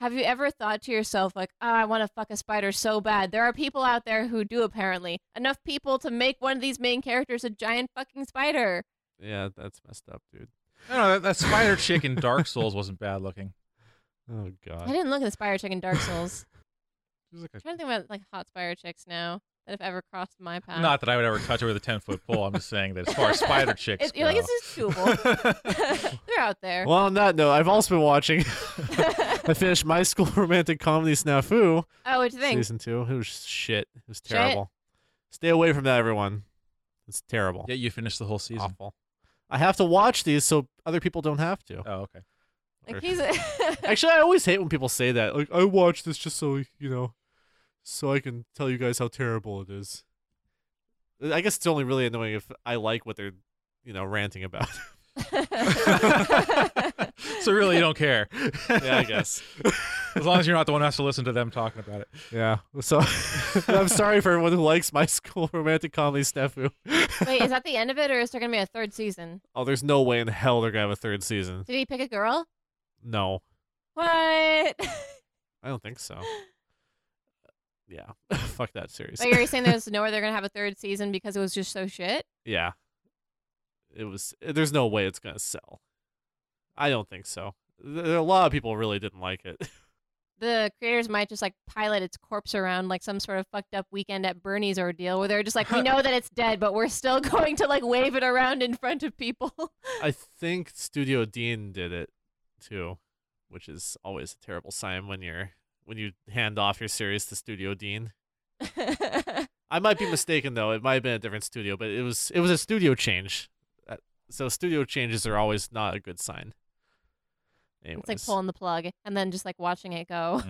[SPEAKER 3] Have you ever thought to yourself like, "Oh, I want to fuck a spider so bad." There are people out there who do apparently. Enough people to make one of these main characters a giant fucking spider.
[SPEAKER 7] Yeah, that's messed up, dude.
[SPEAKER 5] I don't know. That, that spider chick in Dark Souls wasn't bad looking.
[SPEAKER 7] Oh
[SPEAKER 3] I
[SPEAKER 7] god.
[SPEAKER 3] didn't look at the spider chick in Dark Souls.
[SPEAKER 5] She was like
[SPEAKER 3] trying to think about like hot spider chicks now that have ever crossed my
[SPEAKER 5] a,
[SPEAKER 3] path.
[SPEAKER 5] not that I would ever touch her with a ten foot pole. I'm just saying that as far as spider chicks,
[SPEAKER 3] It's- you're like
[SPEAKER 5] go-
[SPEAKER 3] it's just doable. They're out there.
[SPEAKER 7] Well, on that note, I've also been watching. I finished my school romantic comedy snafu
[SPEAKER 3] oh, what do you think?
[SPEAKER 7] season two. It was shit. It was
[SPEAKER 3] Shit.
[SPEAKER 7] terrible. Stay away from that, everyone. It's terrible.
[SPEAKER 5] yeah, you finished the whole season.
[SPEAKER 7] Awful. I have to watch these so other people don't have to.
[SPEAKER 5] Oh, okay.
[SPEAKER 3] Like he's a
[SPEAKER 7] Actually, I always hate when people say that. Like, I watch this just so you know, so I can tell you guys how terrible it is. I guess it's only really annoying if I like what they're, you know, ranting about.
[SPEAKER 5] So really, you don't care.
[SPEAKER 7] yeah, I guess.
[SPEAKER 5] as long as you're not the one who has to listen to them talking about it.
[SPEAKER 7] Yeah. So I'm sorry for everyone who likes my school romantic comedy snafu.
[SPEAKER 3] Wait, is that the end of it, or is there gonna be a third season?
[SPEAKER 7] Oh, there's no way in hell they're gonna have a third season.
[SPEAKER 3] Did he pick a girl?
[SPEAKER 7] No,
[SPEAKER 3] What?
[SPEAKER 7] I don't think so. Yeah. Fuck that series.
[SPEAKER 3] Like, are you saying there's no way they're gonna have a third season because it was just so shit?
[SPEAKER 7] Yeah. It was there's no way it's going to sell. I don't think so. There, a lot of people really didn't like it.
[SPEAKER 3] The creators might just like pilot its corpse around like some sort of fucked up weekend at Bernie's ordeal where they're just like, we know that it's dead, but we're still going to like wave it around in front of people.
[SPEAKER 7] I think Studio Dean did it too, which is always a terrible sign when you're when you hand off your series to Studio Dean. I might be mistaken though. It might have been a different studio, but it was it was a studio change. Uh, So studio changes are always not a good sign. Anyways.
[SPEAKER 3] It's like pulling the plug and then just like watching it go.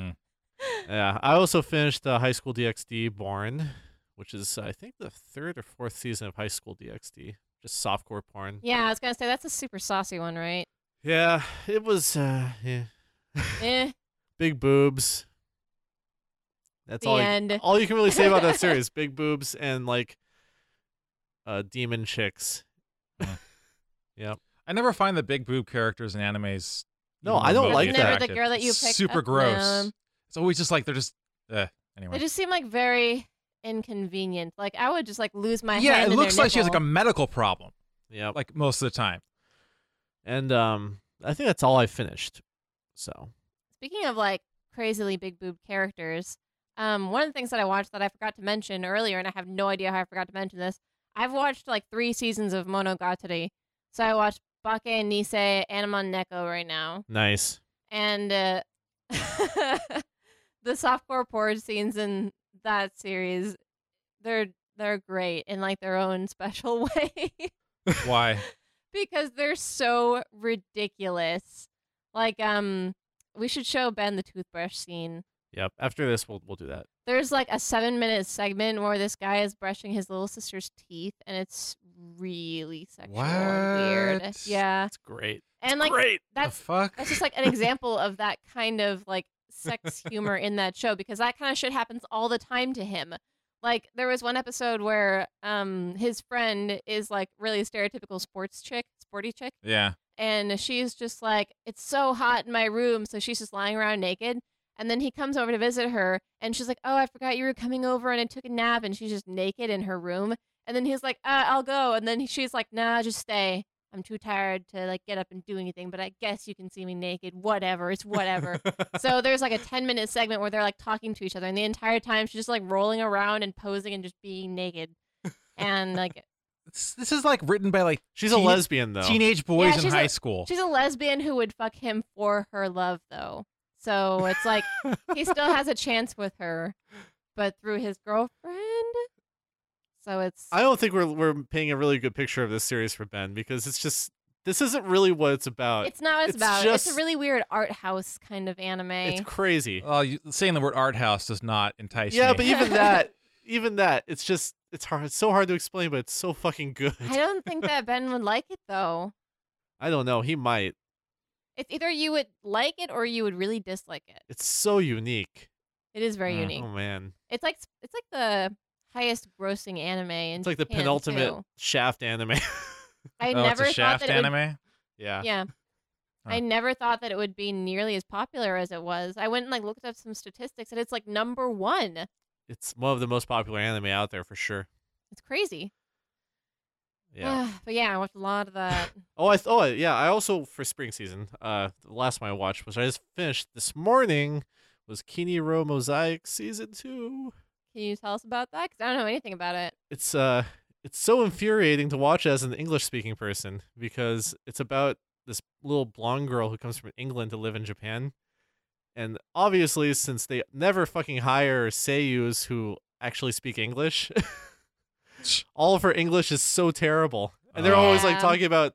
[SPEAKER 7] Yeah, I also finished uh, High School DxD Born, which is uh, I think the third or fourth season of High School DxD, just softcore porn.
[SPEAKER 3] Yeah, I was gonna say that's a super saucy one, right?
[SPEAKER 7] Yeah, it was uh, yeah.
[SPEAKER 3] eh,
[SPEAKER 7] big boobs. That's
[SPEAKER 3] The
[SPEAKER 7] all.
[SPEAKER 3] end.
[SPEAKER 7] You, all you can really say about that series: big boobs and like uh, demon chicks.
[SPEAKER 5] I never find the big boob characters in animes.
[SPEAKER 7] No,
[SPEAKER 5] even
[SPEAKER 7] I don't
[SPEAKER 5] remotely
[SPEAKER 7] like
[SPEAKER 3] that's never
[SPEAKER 7] that.
[SPEAKER 3] the girl that you picked.
[SPEAKER 5] Super
[SPEAKER 3] up,
[SPEAKER 5] gross.
[SPEAKER 3] no.
[SPEAKER 5] It's always just like they're just. Uh,
[SPEAKER 3] They
[SPEAKER 5] anyway.
[SPEAKER 3] just seem like very inconvenient. Like I would just like lose my
[SPEAKER 5] yeah,
[SPEAKER 3] hand
[SPEAKER 5] it
[SPEAKER 3] in their
[SPEAKER 5] looks like she has like a
[SPEAKER 3] nipple.
[SPEAKER 5] medical problem,
[SPEAKER 7] Yeah,
[SPEAKER 5] like most of the time.
[SPEAKER 7] and um, I think that's all I finished. So
[SPEAKER 3] Speaking of like crazily big boob characters, um, one of the things that I watched that I forgot to mention earlier, and I have no idea how I forgot to mention this. I've watched like three seasons of Monogatari, so I watched Bake Nisei Anamon Neko right now.
[SPEAKER 7] nice.
[SPEAKER 3] and uh, the softcore porn scenes in that series they're they're great in like their own special way
[SPEAKER 5] Why?
[SPEAKER 3] because they're so ridiculous like um we should show ben the toothbrush scene
[SPEAKER 7] Yep. After this, we'll we'll do that.
[SPEAKER 3] there's like a seven minute segment where this guy is brushing his little sister's teeth and it's really sexual and weird
[SPEAKER 5] What?
[SPEAKER 3] yeah
[SPEAKER 7] That's great.
[SPEAKER 3] and like
[SPEAKER 7] great.
[SPEAKER 3] that's
[SPEAKER 5] the fuck.
[SPEAKER 3] that's just like an example of that kind of like sex humor in that show because that kind of shit happens all the time to him. Like there was one episode where um his friend is like really a stereotypical sports chick, sporty chick,
[SPEAKER 5] yeah.
[SPEAKER 3] and she's just like, It's so hot in my room, so she's just lying around naked. And then he comes over to visit her and she's like, Oh, I forgot you were coming over and I took a nap and she's just naked in her room. And then he's like, uh, I'll go. And then she's like, Nah, just stay. I'm too tired to like get up and do anything, but I guess you can see me naked. Whatever. It's whatever. so there's like a 10 minute segment where they're like talking to each other, and the entire time she's just like rolling around and posing and just being naked. And like
[SPEAKER 8] This, this is like written by like
[SPEAKER 7] She's a
[SPEAKER 8] teen-
[SPEAKER 7] lesbian though.
[SPEAKER 8] teenage boys in
[SPEAKER 3] she's a-
[SPEAKER 8] high school.
[SPEAKER 3] she's a lesbian who would fuck him for her love though. So it's like he still has a chance with her, but through his girlfriend. So it's
[SPEAKER 7] I don't think we're we're painting a really good picture of this series for Ben because it's just this isn't really what it's about.
[SPEAKER 3] it's not what
[SPEAKER 7] it's
[SPEAKER 3] it's, about. it's
[SPEAKER 7] just-
[SPEAKER 3] a really weird art house kind of anime.
[SPEAKER 7] It's crazy.
[SPEAKER 5] Well, Oh, you, saying the word art house does not entice
[SPEAKER 7] yeah,
[SPEAKER 5] me.
[SPEAKER 7] but even that, even that, it's just it's hard. It's so hard to explain, but it's so fucking good.
[SPEAKER 3] I don't think that Ben would like it though.
[SPEAKER 7] I don't know. He might.
[SPEAKER 3] It's either you would like it or you would really dislike it.
[SPEAKER 7] It's so unique.
[SPEAKER 3] It is very
[SPEAKER 5] Mm.
[SPEAKER 3] unique.
[SPEAKER 7] Oh man,
[SPEAKER 3] It's like it's like the highest grossing anime in
[SPEAKER 7] it's like the
[SPEAKER 3] Japan,
[SPEAKER 7] penultimate
[SPEAKER 3] too.
[SPEAKER 7] Shaft anime.
[SPEAKER 3] I
[SPEAKER 5] oh,
[SPEAKER 3] never
[SPEAKER 5] it's a
[SPEAKER 3] thought
[SPEAKER 5] Shaft
[SPEAKER 3] that it would
[SPEAKER 5] anime.
[SPEAKER 7] yeah.
[SPEAKER 3] Yeah. I
[SPEAKER 5] Huh.
[SPEAKER 3] never thought that it would be nearly as popular as it was. I went and like looked up some statistics and it's like number 1.
[SPEAKER 7] it's one of the most popular anime out there for sure.
[SPEAKER 3] It's crazy.
[SPEAKER 7] Yeah.
[SPEAKER 3] but yeah, I watched a lot of that.
[SPEAKER 7] oh, I th- oh yeah. I also for spring season, uh, the last one I watched, which I just finished this morning, was Kiniro Mosaic season two.
[SPEAKER 3] Can you tell us about that? Cuz I don't know anything about it.
[SPEAKER 7] it's uh it's so infuriating to watch as an English speaking person because it's about this little blonde girl who comes from England to live in Japan. And obviously since they never fucking hire seiyus who actually speak English, all of her English is so terrible. And they're always like
[SPEAKER 3] Yeah.
[SPEAKER 7] talking about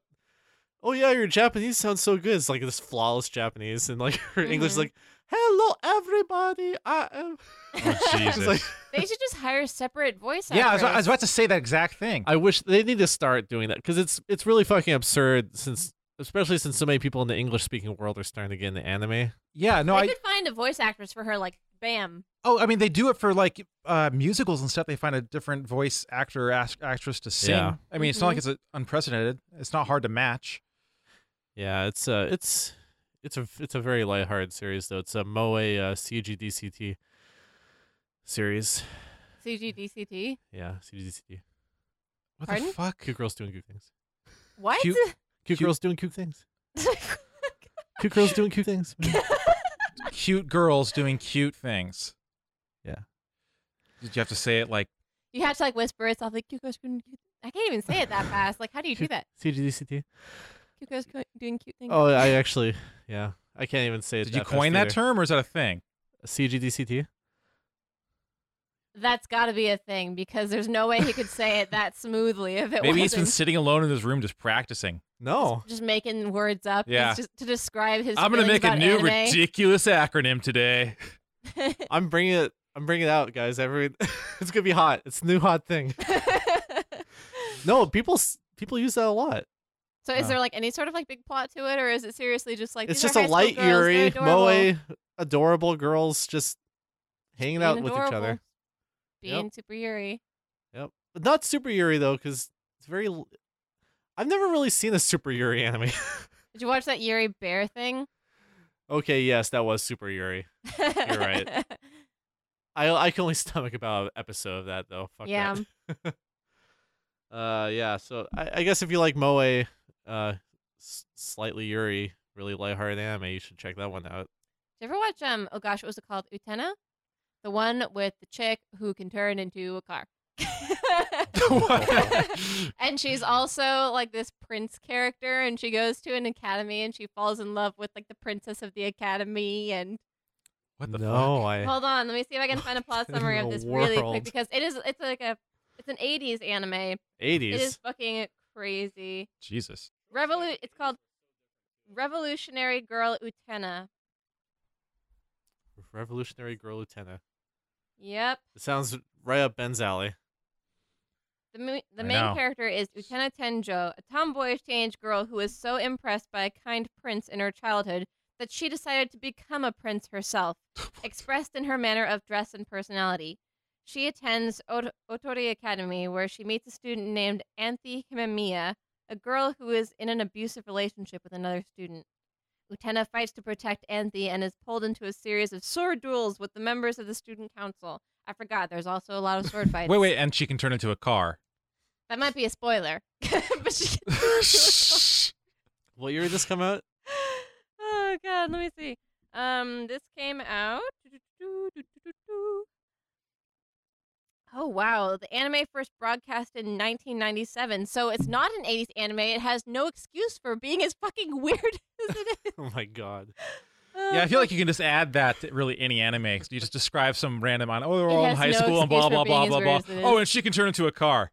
[SPEAKER 7] Oh yeah, your Japanese sounds so good. It's like this flawless Japanese and like her English is
[SPEAKER 3] Mhm.
[SPEAKER 7] like, Hello everybody, I am
[SPEAKER 5] Oh,
[SPEAKER 7] It's
[SPEAKER 5] Jesus.
[SPEAKER 7] like-
[SPEAKER 3] They should just hire separate voice actors.
[SPEAKER 8] yeah, I was, I was about to say that exact thing.
[SPEAKER 7] I wish they need to start doing that because it's it's really fucking absurd since especially since so many people in the English speaking world are starting to get into anime.
[SPEAKER 8] yeah, no,
[SPEAKER 3] they
[SPEAKER 8] I
[SPEAKER 3] could find a voice actress for her like bam.
[SPEAKER 8] oh, I mean they do it for like uh, musicals and stuff. They find a different voice actor act- actress to sing.
[SPEAKER 7] Yeah.
[SPEAKER 8] I mean, it's not like
[SPEAKER 3] Mm-hmm.
[SPEAKER 8] it's uh unprecedented. It's not hard to match.
[SPEAKER 7] Yeah, it's uh it's it's a it's a very lighthearted series though. It's a Moe uh, CGDCT series.
[SPEAKER 3] CGDCT.
[SPEAKER 7] Yeah, CGDCT.
[SPEAKER 8] What
[SPEAKER 3] Pardon?
[SPEAKER 8] the fuck?
[SPEAKER 7] Cute girls doing cute things.
[SPEAKER 3] What?
[SPEAKER 8] Cute-
[SPEAKER 7] Cute,
[SPEAKER 8] Cute-
[SPEAKER 7] girls doing cute things. Cute girls doing cute things. man.
[SPEAKER 5] cute girls doing cute things.
[SPEAKER 7] Yeah.
[SPEAKER 5] Did you have to say it like
[SPEAKER 3] you have to like whisper it's off like cute girls doing cute. I can't even say it that fast. Like how do you do that?
[SPEAKER 7] CGDCT.
[SPEAKER 3] Cute girls co- doing cute things.
[SPEAKER 7] Oh, I actually yeah. I can't even say it.
[SPEAKER 5] Did you
[SPEAKER 7] that
[SPEAKER 5] coin that
[SPEAKER 7] fast
[SPEAKER 5] term or is that a thing?
[SPEAKER 7] either. CGDCT?
[SPEAKER 3] That's got to be a thing because there's no way he could say it that smoothly if it
[SPEAKER 5] Maybe he's
[SPEAKER 3] wasn't
[SPEAKER 5] been sitting alone in his room just practicing.
[SPEAKER 7] No.
[SPEAKER 3] just making words up. It's
[SPEAKER 5] Yeah.
[SPEAKER 3] just to describe his.
[SPEAKER 5] I'm gonna
[SPEAKER 3] feelings
[SPEAKER 5] make a
[SPEAKER 3] about
[SPEAKER 5] new
[SPEAKER 3] anime.
[SPEAKER 5] ridiculous acronym today.
[SPEAKER 7] I'm bringing it. I'm bringing it out, guys. Every it's gonna be hot. It's a new hot thing. No, people s- people use that a lot.
[SPEAKER 3] so, is
[SPEAKER 5] Oh.
[SPEAKER 3] there like any sort of like big plot to it, or is it seriously just like
[SPEAKER 7] it's
[SPEAKER 3] these
[SPEAKER 7] just a
[SPEAKER 3] are high school
[SPEAKER 7] light
[SPEAKER 3] girls, they're
[SPEAKER 7] yuri
[SPEAKER 3] adorable,
[SPEAKER 7] moe, adorable girls just hanging
[SPEAKER 3] being
[SPEAKER 7] out with each
[SPEAKER 3] adorable,
[SPEAKER 7] other.
[SPEAKER 3] being super yuri?
[SPEAKER 7] Yep, but not super yuri though, because it's very. l- I've never really seen a super yuri anime.
[SPEAKER 3] Did you watch that Yuri Bear thing?
[SPEAKER 7] okay, yes, that was super yuri.
[SPEAKER 3] You're
[SPEAKER 7] right. I I can only stomach about an episode of that though. Fuck
[SPEAKER 3] Yeah.
[SPEAKER 7] that. uh yeah, so I, I guess if you like Moe, uh s- slightly Yuri, really lighthearted anime, you should check that one out.
[SPEAKER 3] Did you ever watch um? Oh gosh, what was it called? Utena, the one with the chick who can turn into a car. and she's also like this prince character, and she goes to an academy, and she falls in love with like the princess of the academy. And
[SPEAKER 5] What the
[SPEAKER 7] no, I
[SPEAKER 3] hold on, let me see if I can find a plot
[SPEAKER 7] Eh. What in
[SPEAKER 3] summary of
[SPEAKER 7] the
[SPEAKER 3] this really
[SPEAKER 7] world?
[SPEAKER 3] quick because it is it's like a it's an '80s anime. It is
[SPEAKER 7] 80s.
[SPEAKER 3] fucking crazy.
[SPEAKER 5] fuck? Jesus.
[SPEAKER 3] Revolu- It's called Revolutionary Girl Utena.
[SPEAKER 7] Revolutionary Girl Lieutenant.
[SPEAKER 3] Yep.
[SPEAKER 7] It sounds right up Ben's alley.
[SPEAKER 3] The, mo- the
[SPEAKER 5] I
[SPEAKER 3] main
[SPEAKER 5] know.
[SPEAKER 3] character is Utena Tenjo, a tomboyish teenage girl who was so impressed by a kind prince in her childhood that she decided to become a prince herself, expressed in her manner of dress and personality. She attends Ot- Otori Academy, where she meets a student named Anthe Himemiya, a girl who is in an abusive relationship with another student. Utena fights to protect Anthe and is pulled into a series of sword duels with the members of the student council. I forgot, there's also a lot of sword fights.
[SPEAKER 5] Wait, wait, and she can turn into a car.
[SPEAKER 3] That might be a spoiler. but she,
[SPEAKER 7] What year did this come out?
[SPEAKER 3] oh god, let me see. Um, this came out. Oh wow, the anime first broadcast in 1997. So it's not an 80s anime. It has no excuse for being as fucking weird as it is.
[SPEAKER 7] Oh my god.
[SPEAKER 5] Yeah, I feel like you can just add that to really any anime. 'cause You just describe some random on, oh, they're
[SPEAKER 3] It
[SPEAKER 5] all in
[SPEAKER 3] has
[SPEAKER 5] high
[SPEAKER 3] no
[SPEAKER 5] school and blah,
[SPEAKER 3] excuse
[SPEAKER 5] blah,
[SPEAKER 3] for
[SPEAKER 5] blah,
[SPEAKER 3] being
[SPEAKER 5] blah,
[SPEAKER 3] as
[SPEAKER 5] blah.
[SPEAKER 3] weird as it
[SPEAKER 5] Oh,
[SPEAKER 3] is.
[SPEAKER 5] and she can turn into a car.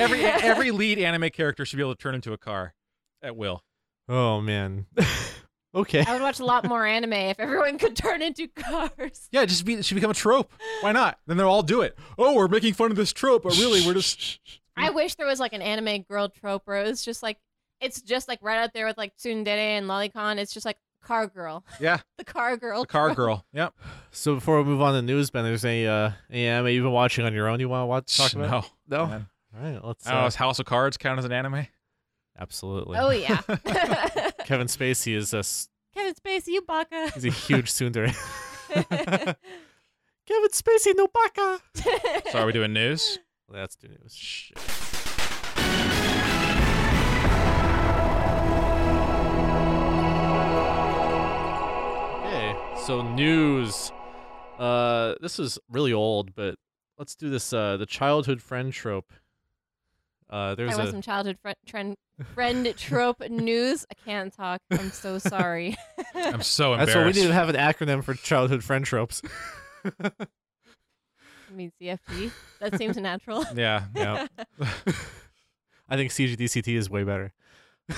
[SPEAKER 5] every every lead anime character should be able to turn into a car at will.
[SPEAKER 7] Oh man. okay.
[SPEAKER 3] I would watch a lot more anime if everyone could turn into cars.
[SPEAKER 5] Yeah, just be, it should become a trope. Why not? Then they'll all do it. Oh, we're making fun of this trope, but really we're just.
[SPEAKER 3] I wish there was like an anime girl trope where it was just like it's just like right out there with like Tsundere and Lolicon. It's just like car girl.
[SPEAKER 5] Yeah,
[SPEAKER 3] The car girl.
[SPEAKER 5] the car girl. Yep.
[SPEAKER 7] So before we move on to news, Ben, there's a uh, any anime you've been watching on your own you want to watch talk about?
[SPEAKER 5] No.
[SPEAKER 7] No.
[SPEAKER 5] Man.
[SPEAKER 7] All right, let's.
[SPEAKER 5] I don't know,
[SPEAKER 7] Uh,
[SPEAKER 5] does House of Cards count as an anime?
[SPEAKER 7] absolutely.
[SPEAKER 3] Oh yeah.
[SPEAKER 7] Kevin Spacey is a s-
[SPEAKER 3] Kevin Spacey, you baka.
[SPEAKER 7] he's a huge tsundere. Kevin Spacey, no baka.
[SPEAKER 5] So are we doing news?
[SPEAKER 7] That's the news. Shit. Okay, so news. Uh, this is really old, but let's do this. Uh, the childhood friend trope. Uh,
[SPEAKER 3] I
[SPEAKER 7] there's
[SPEAKER 3] want
[SPEAKER 7] a
[SPEAKER 3] some childhood friend, trend, friend trope news. I can't talk. I'm so sorry.
[SPEAKER 5] I'm so embarrassed.
[SPEAKER 7] that's what we need to have an acronym for childhood friend tropes.
[SPEAKER 3] I mean CFD. That seems natural.
[SPEAKER 5] Yeah.
[SPEAKER 7] yeah, I think CGDCT is way better.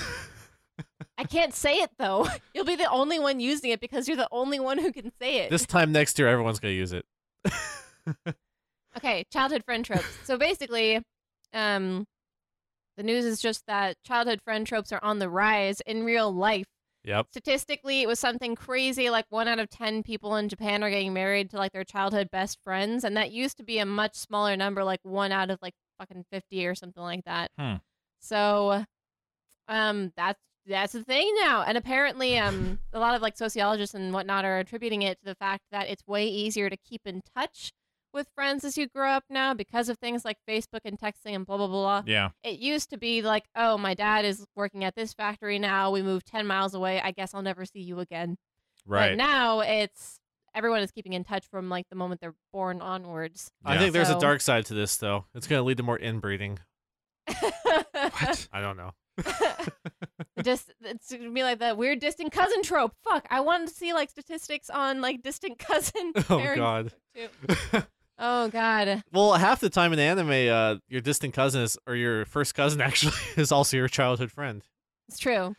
[SPEAKER 3] I can't say it though. You'll be the only one using it because you're the only one who can say it.
[SPEAKER 7] This time next year, everyone's gonna use it.
[SPEAKER 3] Okay, childhood friend tropes. so basically, um, the news is just that childhood friend tropes are on the rise in real life.
[SPEAKER 7] Yep.
[SPEAKER 3] Statistically, it was something crazy like one out of 10 people in Japan are getting married to like their childhood best friends. And that used to be a much smaller number, like one out of like fucking 50 or something like that.
[SPEAKER 5] Hmm.
[SPEAKER 3] So, um, that's. That's the thing now. And apparently, um, a lot of like sociologists and whatnot are attributing it to the fact that it's way easier to keep in touch with friends as you grow up now because of things like Facebook and texting and blah blah blah.
[SPEAKER 5] Yeah.
[SPEAKER 3] It used to be like, oh, my dad is working at this factory now. We moved ten miles away. I guess I'll never see you again. But
[SPEAKER 5] Right.
[SPEAKER 3] now it's everyone is keeping in touch from like the moment they're born onwards.
[SPEAKER 7] I
[SPEAKER 5] Yeah.
[SPEAKER 7] think there's a
[SPEAKER 3] So-
[SPEAKER 7] dark side to this, though. It's gonna lead to more inbreeding.
[SPEAKER 3] what?
[SPEAKER 7] I don't know.
[SPEAKER 3] Just it's gonna be like that weird distant cousin trope. Fuck, I wanted to see like statistics on like distant cousin.
[SPEAKER 7] Oh
[SPEAKER 3] parents
[SPEAKER 7] God.
[SPEAKER 3] too. Oh god.
[SPEAKER 7] Well, half the time in anime, uh, your distant cousin is, or your first cousin actually is also your childhood friend.
[SPEAKER 3] It's true.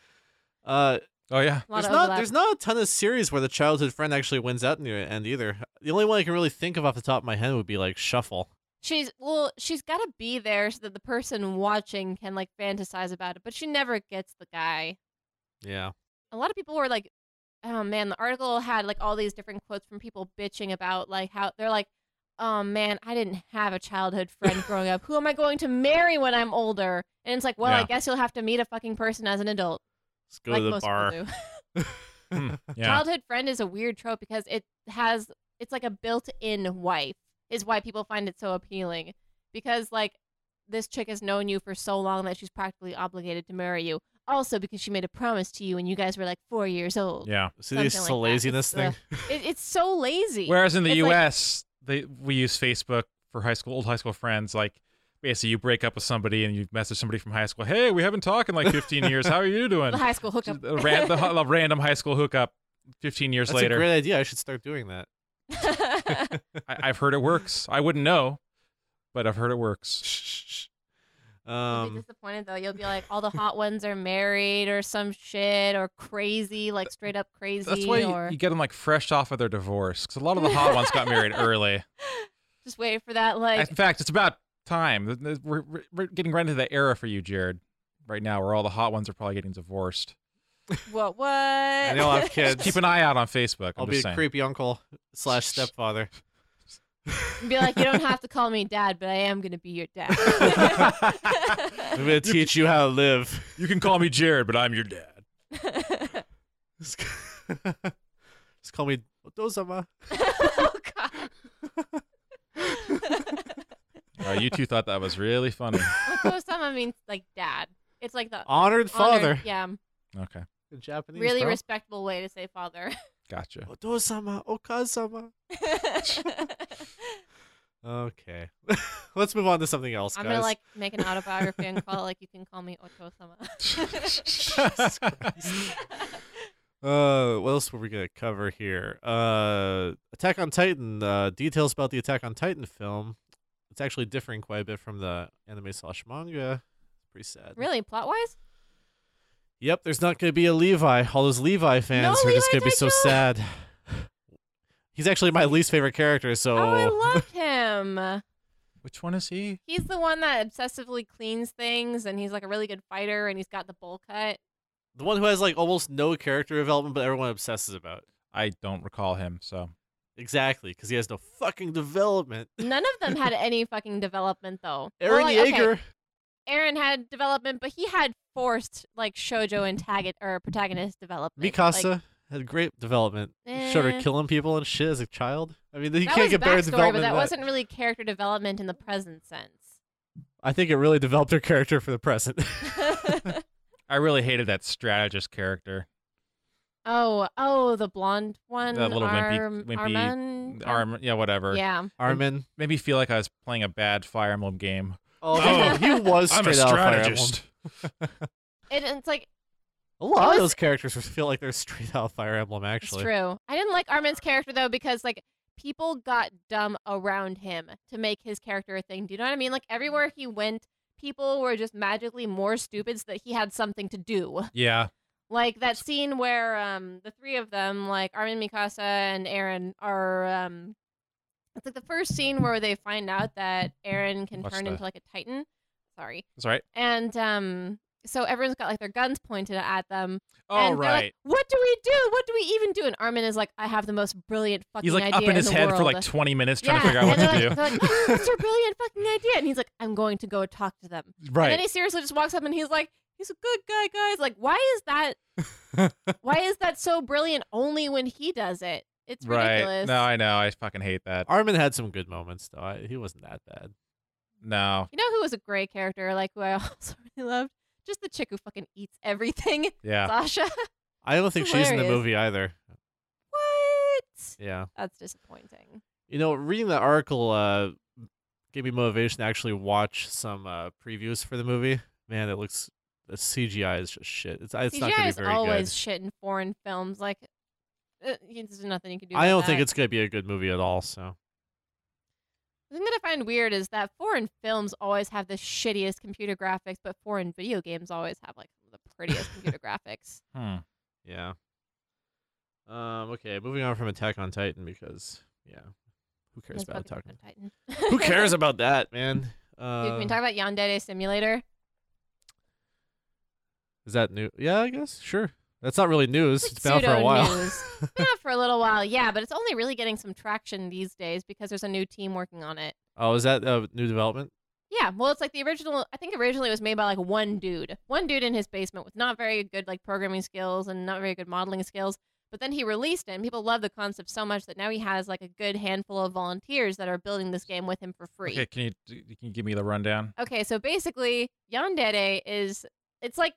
[SPEAKER 7] Uh,
[SPEAKER 5] Oh yeah.
[SPEAKER 3] A lot
[SPEAKER 7] there's
[SPEAKER 3] of
[SPEAKER 7] not
[SPEAKER 3] overlap.
[SPEAKER 7] there's not a ton of series where the childhood friend actually wins out in the end either. The only one I can really think of off the top of my head would be like Shuffle.
[SPEAKER 3] She's well, she's got to be there so that the person watching can like fantasize about it, but she never gets the guy.
[SPEAKER 7] Yeah.
[SPEAKER 3] A lot of people were like, "Oh man, the article had like all these different quotes from people bitching about like how they're like, "Oh man, I didn't have a childhood friend growing up. Who am I going to marry when I'm older?" And it's like, "Well, I
[SPEAKER 5] Yeah.
[SPEAKER 3] guess you'll have to meet a fucking person as an adult."
[SPEAKER 7] Let's go
[SPEAKER 3] like
[SPEAKER 7] to the
[SPEAKER 3] most people
[SPEAKER 7] bar.
[SPEAKER 3] do.
[SPEAKER 5] Hmm. Yeah.
[SPEAKER 3] Childhood friend is a weird trope because it has it's like a built-in wife is why people find it so appealing because like this chick has known you for so long that she's practically obligated to marry you. Also because she made a promise to you when you guys were like 4 years old.
[SPEAKER 5] Yeah.
[SPEAKER 7] See this
[SPEAKER 3] Something like that.
[SPEAKER 7] the laziness
[SPEAKER 3] It's, uh,
[SPEAKER 7] thing.
[SPEAKER 3] It, it's so lazy.
[SPEAKER 5] Whereas in the
[SPEAKER 3] It's like-
[SPEAKER 5] U.S., they we use Facebook for high school, old high school friends. Like basically, you break up with somebody and you message somebody from high school. Hey, we haven't talked in like 15 years. How are you doing?
[SPEAKER 3] the high school hookup.
[SPEAKER 5] the, ran- the, hu- random high school hookup. 15 years
[SPEAKER 7] That's
[SPEAKER 5] later,
[SPEAKER 7] a great idea. I should start doing that.
[SPEAKER 5] I- I've heard it works. I wouldn't know, but I've heard it works.
[SPEAKER 3] You'll be
[SPEAKER 7] Um,
[SPEAKER 3] disappointed though. You'll be like, all the hot ones are married or some shit or crazy, like straight up crazy.
[SPEAKER 5] That's why you,
[SPEAKER 3] or...
[SPEAKER 5] you get them like fresh off of their divorce, because a lot of the hot ones got married early.
[SPEAKER 3] just wait for that like
[SPEAKER 5] In fact, it's about time. Th- th- We're, we're- we're getting right into that era for you, Jared. Right now, where all the hot ones are probably getting divorced.
[SPEAKER 3] what what
[SPEAKER 7] and you'll have
[SPEAKER 5] Just
[SPEAKER 7] kids.
[SPEAKER 5] keep an eye out on Facebook. I'm
[SPEAKER 7] I'll be
[SPEAKER 5] just
[SPEAKER 7] a
[SPEAKER 5] saying.
[SPEAKER 7] creepy uncle slash stepfather.
[SPEAKER 3] And be like, you don't have to call me dad, but I am gonna be your dad.
[SPEAKER 7] I'm gonna teach you how to live.
[SPEAKER 5] You can call me Jared, but I'm your dad.
[SPEAKER 7] Just just call me Otozama.
[SPEAKER 3] oh god.
[SPEAKER 5] Uh, you two thought that was really funny.
[SPEAKER 3] Kosama means like dad. It's like the
[SPEAKER 7] Honored father.
[SPEAKER 3] honored- yeah,
[SPEAKER 5] Okay,
[SPEAKER 7] In Japanese.
[SPEAKER 3] really
[SPEAKER 7] bro.
[SPEAKER 3] respectable way to say father.
[SPEAKER 5] gotcha.
[SPEAKER 7] Odo-sama, Okazama. Okay. Let's move on to something else,
[SPEAKER 3] I'm
[SPEAKER 7] guys.
[SPEAKER 3] gonna like make an autobiography and call it like you can call me Oto-sama.
[SPEAKER 7] Uh, what else were we gonna cover here? Uh, Attack on Titan. Uh, details about the Attack on Titan film. It's actually differing quite a bit from the anime slash manga. It's pretty sad.
[SPEAKER 3] really, plot wise?
[SPEAKER 7] Yep. There's not gonna be a Levi. All those Levi fans are just
[SPEAKER 3] Levi
[SPEAKER 7] gonna be so
[SPEAKER 3] Tycho!
[SPEAKER 7] sad. He's actually my least favorite character. So
[SPEAKER 3] Oh. I love him.
[SPEAKER 8] Which one is he?
[SPEAKER 3] He's the one that obsessively cleans things, and he's like a really good fighter, and he's got the bowl cut.
[SPEAKER 7] the one who has like almost no character development, but everyone obsesses about.
[SPEAKER 5] I don't recall him, so
[SPEAKER 7] Exactly, because he has no fucking development.
[SPEAKER 3] None of them had any fucking development though.
[SPEAKER 7] Aaron
[SPEAKER 3] Well, okay,
[SPEAKER 7] Yeager.
[SPEAKER 3] Aaron had development, but he had forced like shojo and tag or protagonist development.
[SPEAKER 7] Mikasa
[SPEAKER 3] Like,
[SPEAKER 7] had great development. Showed her
[SPEAKER 3] Eh.
[SPEAKER 7] killing people and shit as a child. I mean, you
[SPEAKER 3] that
[SPEAKER 7] can't
[SPEAKER 3] was
[SPEAKER 7] get better
[SPEAKER 3] backstory,
[SPEAKER 7] development.
[SPEAKER 3] but
[SPEAKER 7] than
[SPEAKER 3] that wasn't really character development in the present sense.
[SPEAKER 7] I think it really developed her character for the present.
[SPEAKER 5] I really hated that strategist character.
[SPEAKER 3] oh, oh, the blonde one,
[SPEAKER 5] That little wimpy-
[SPEAKER 3] Arm-
[SPEAKER 5] wimpy
[SPEAKER 3] Armand?
[SPEAKER 5] Arm, yeah, whatever.
[SPEAKER 3] Yeah,
[SPEAKER 7] Armin.
[SPEAKER 5] Made me feel like I was playing a bad Fire Emblem game.
[SPEAKER 7] Oh,
[SPEAKER 3] Oh,
[SPEAKER 7] he was straight
[SPEAKER 5] I'm
[SPEAKER 7] out of
[SPEAKER 5] a
[SPEAKER 7] Fire
[SPEAKER 5] strategist.
[SPEAKER 7] Emblem.
[SPEAKER 3] it, it's like
[SPEAKER 7] A lot
[SPEAKER 3] was-
[SPEAKER 7] of those characters feel like they're straight out of Fire Emblem.
[SPEAKER 3] it's
[SPEAKER 7] Actually,
[SPEAKER 3] true. I didn't like Armin's character though because like people got dumb around him to make his character a thing. Do you know what I mean? Like everywhere he went, people were just magically more stupid so that he had something to do.
[SPEAKER 5] Yeah,
[SPEAKER 3] Like that scene where um the three of them, like Armin, Mikasa, and Aaron, are um it's like the first scene where they find out that Aaron can
[SPEAKER 5] Watch
[SPEAKER 3] turn
[SPEAKER 5] the-
[SPEAKER 3] into like a titan. Sorry,
[SPEAKER 5] that's right.
[SPEAKER 3] and um so everyone's got like their guns pointed at them.
[SPEAKER 5] All right.
[SPEAKER 3] and they're like, what do we do? What do we even do? And Armin is like, I have the most brilliant fucking
[SPEAKER 5] He's like
[SPEAKER 3] idea
[SPEAKER 5] up in his
[SPEAKER 3] the
[SPEAKER 5] head for
[SPEAKER 3] world."
[SPEAKER 5] like 20 minutes trying
[SPEAKER 3] yeah.
[SPEAKER 5] to figure out what
[SPEAKER 3] and
[SPEAKER 5] to
[SPEAKER 3] they're
[SPEAKER 5] do.
[SPEAKER 3] like, they're like, "Oh, that's a brilliant fucking idea. And he's like, I'm going to go talk to them. And then he seriously just walks up and he's like, he's a good guy, guys. Like, why is that? why is that so brilliant only when he does it? It's
[SPEAKER 5] Right.
[SPEAKER 3] ridiculous.
[SPEAKER 5] No, I know. I fucking hate that.
[SPEAKER 7] Armin had some good moments though. I, he wasn't that bad.
[SPEAKER 5] No.
[SPEAKER 3] you know who was a great character, like who I also really loved? Just the chick who fucking eats everything,
[SPEAKER 5] Yeah.
[SPEAKER 3] Sasha.
[SPEAKER 7] I don't think she's in the
[SPEAKER 3] Hilarious.
[SPEAKER 7] movie either.
[SPEAKER 3] What?
[SPEAKER 7] Yeah.
[SPEAKER 3] That's disappointing.
[SPEAKER 7] You know, reading that article uh, gave me motivation to actually watch some uh, previews for the movie. Man, it looks the CGI is just shit. It's, it's not
[SPEAKER 3] CGI
[SPEAKER 7] gonna be
[SPEAKER 3] is
[SPEAKER 7] very
[SPEAKER 3] always
[SPEAKER 7] good.
[SPEAKER 3] shit in foreign films. Like, uh, y- there's nothing you can do.
[SPEAKER 7] I
[SPEAKER 3] about
[SPEAKER 7] don't think
[SPEAKER 3] that.
[SPEAKER 7] it's gonna be a good movie at all. So
[SPEAKER 3] The thing that I find weird is that foreign films always have the shittiest computer graphics, but foreign video games always have like the prettiest computer graphics.
[SPEAKER 5] Hmm.
[SPEAKER 7] yeah. Um. Okay. Moving on from Attack on Titan because yeah, who cares
[SPEAKER 3] That's
[SPEAKER 7] about Attack
[SPEAKER 3] fucking
[SPEAKER 7] on
[SPEAKER 3] Titan.
[SPEAKER 7] Who cares about that, man?
[SPEAKER 3] Dude,
[SPEAKER 7] Uh,
[SPEAKER 3] can we talk about Yandere Simulator?
[SPEAKER 7] is that new? Yeah, I guess. Sure. That's not really news.
[SPEAKER 3] Like
[SPEAKER 7] it's been out for a while.
[SPEAKER 3] pseudo-news. Yeah, for a little while, yeah, but it's only really getting some traction these days because there's a new team working on it.
[SPEAKER 7] oh, is that a new development?
[SPEAKER 3] Yeah, well, it's like the original. I think originally it was made by like one dude, one dude in his basement with not very good like programming skills and not very good modeling skills. But then he released it, and people love the concept so much that now he has like a good handful of volunteers that are building this game with him for free.
[SPEAKER 5] Okay, can you d- can you give me the rundown?
[SPEAKER 3] Okay, so basically, Yandere is it's like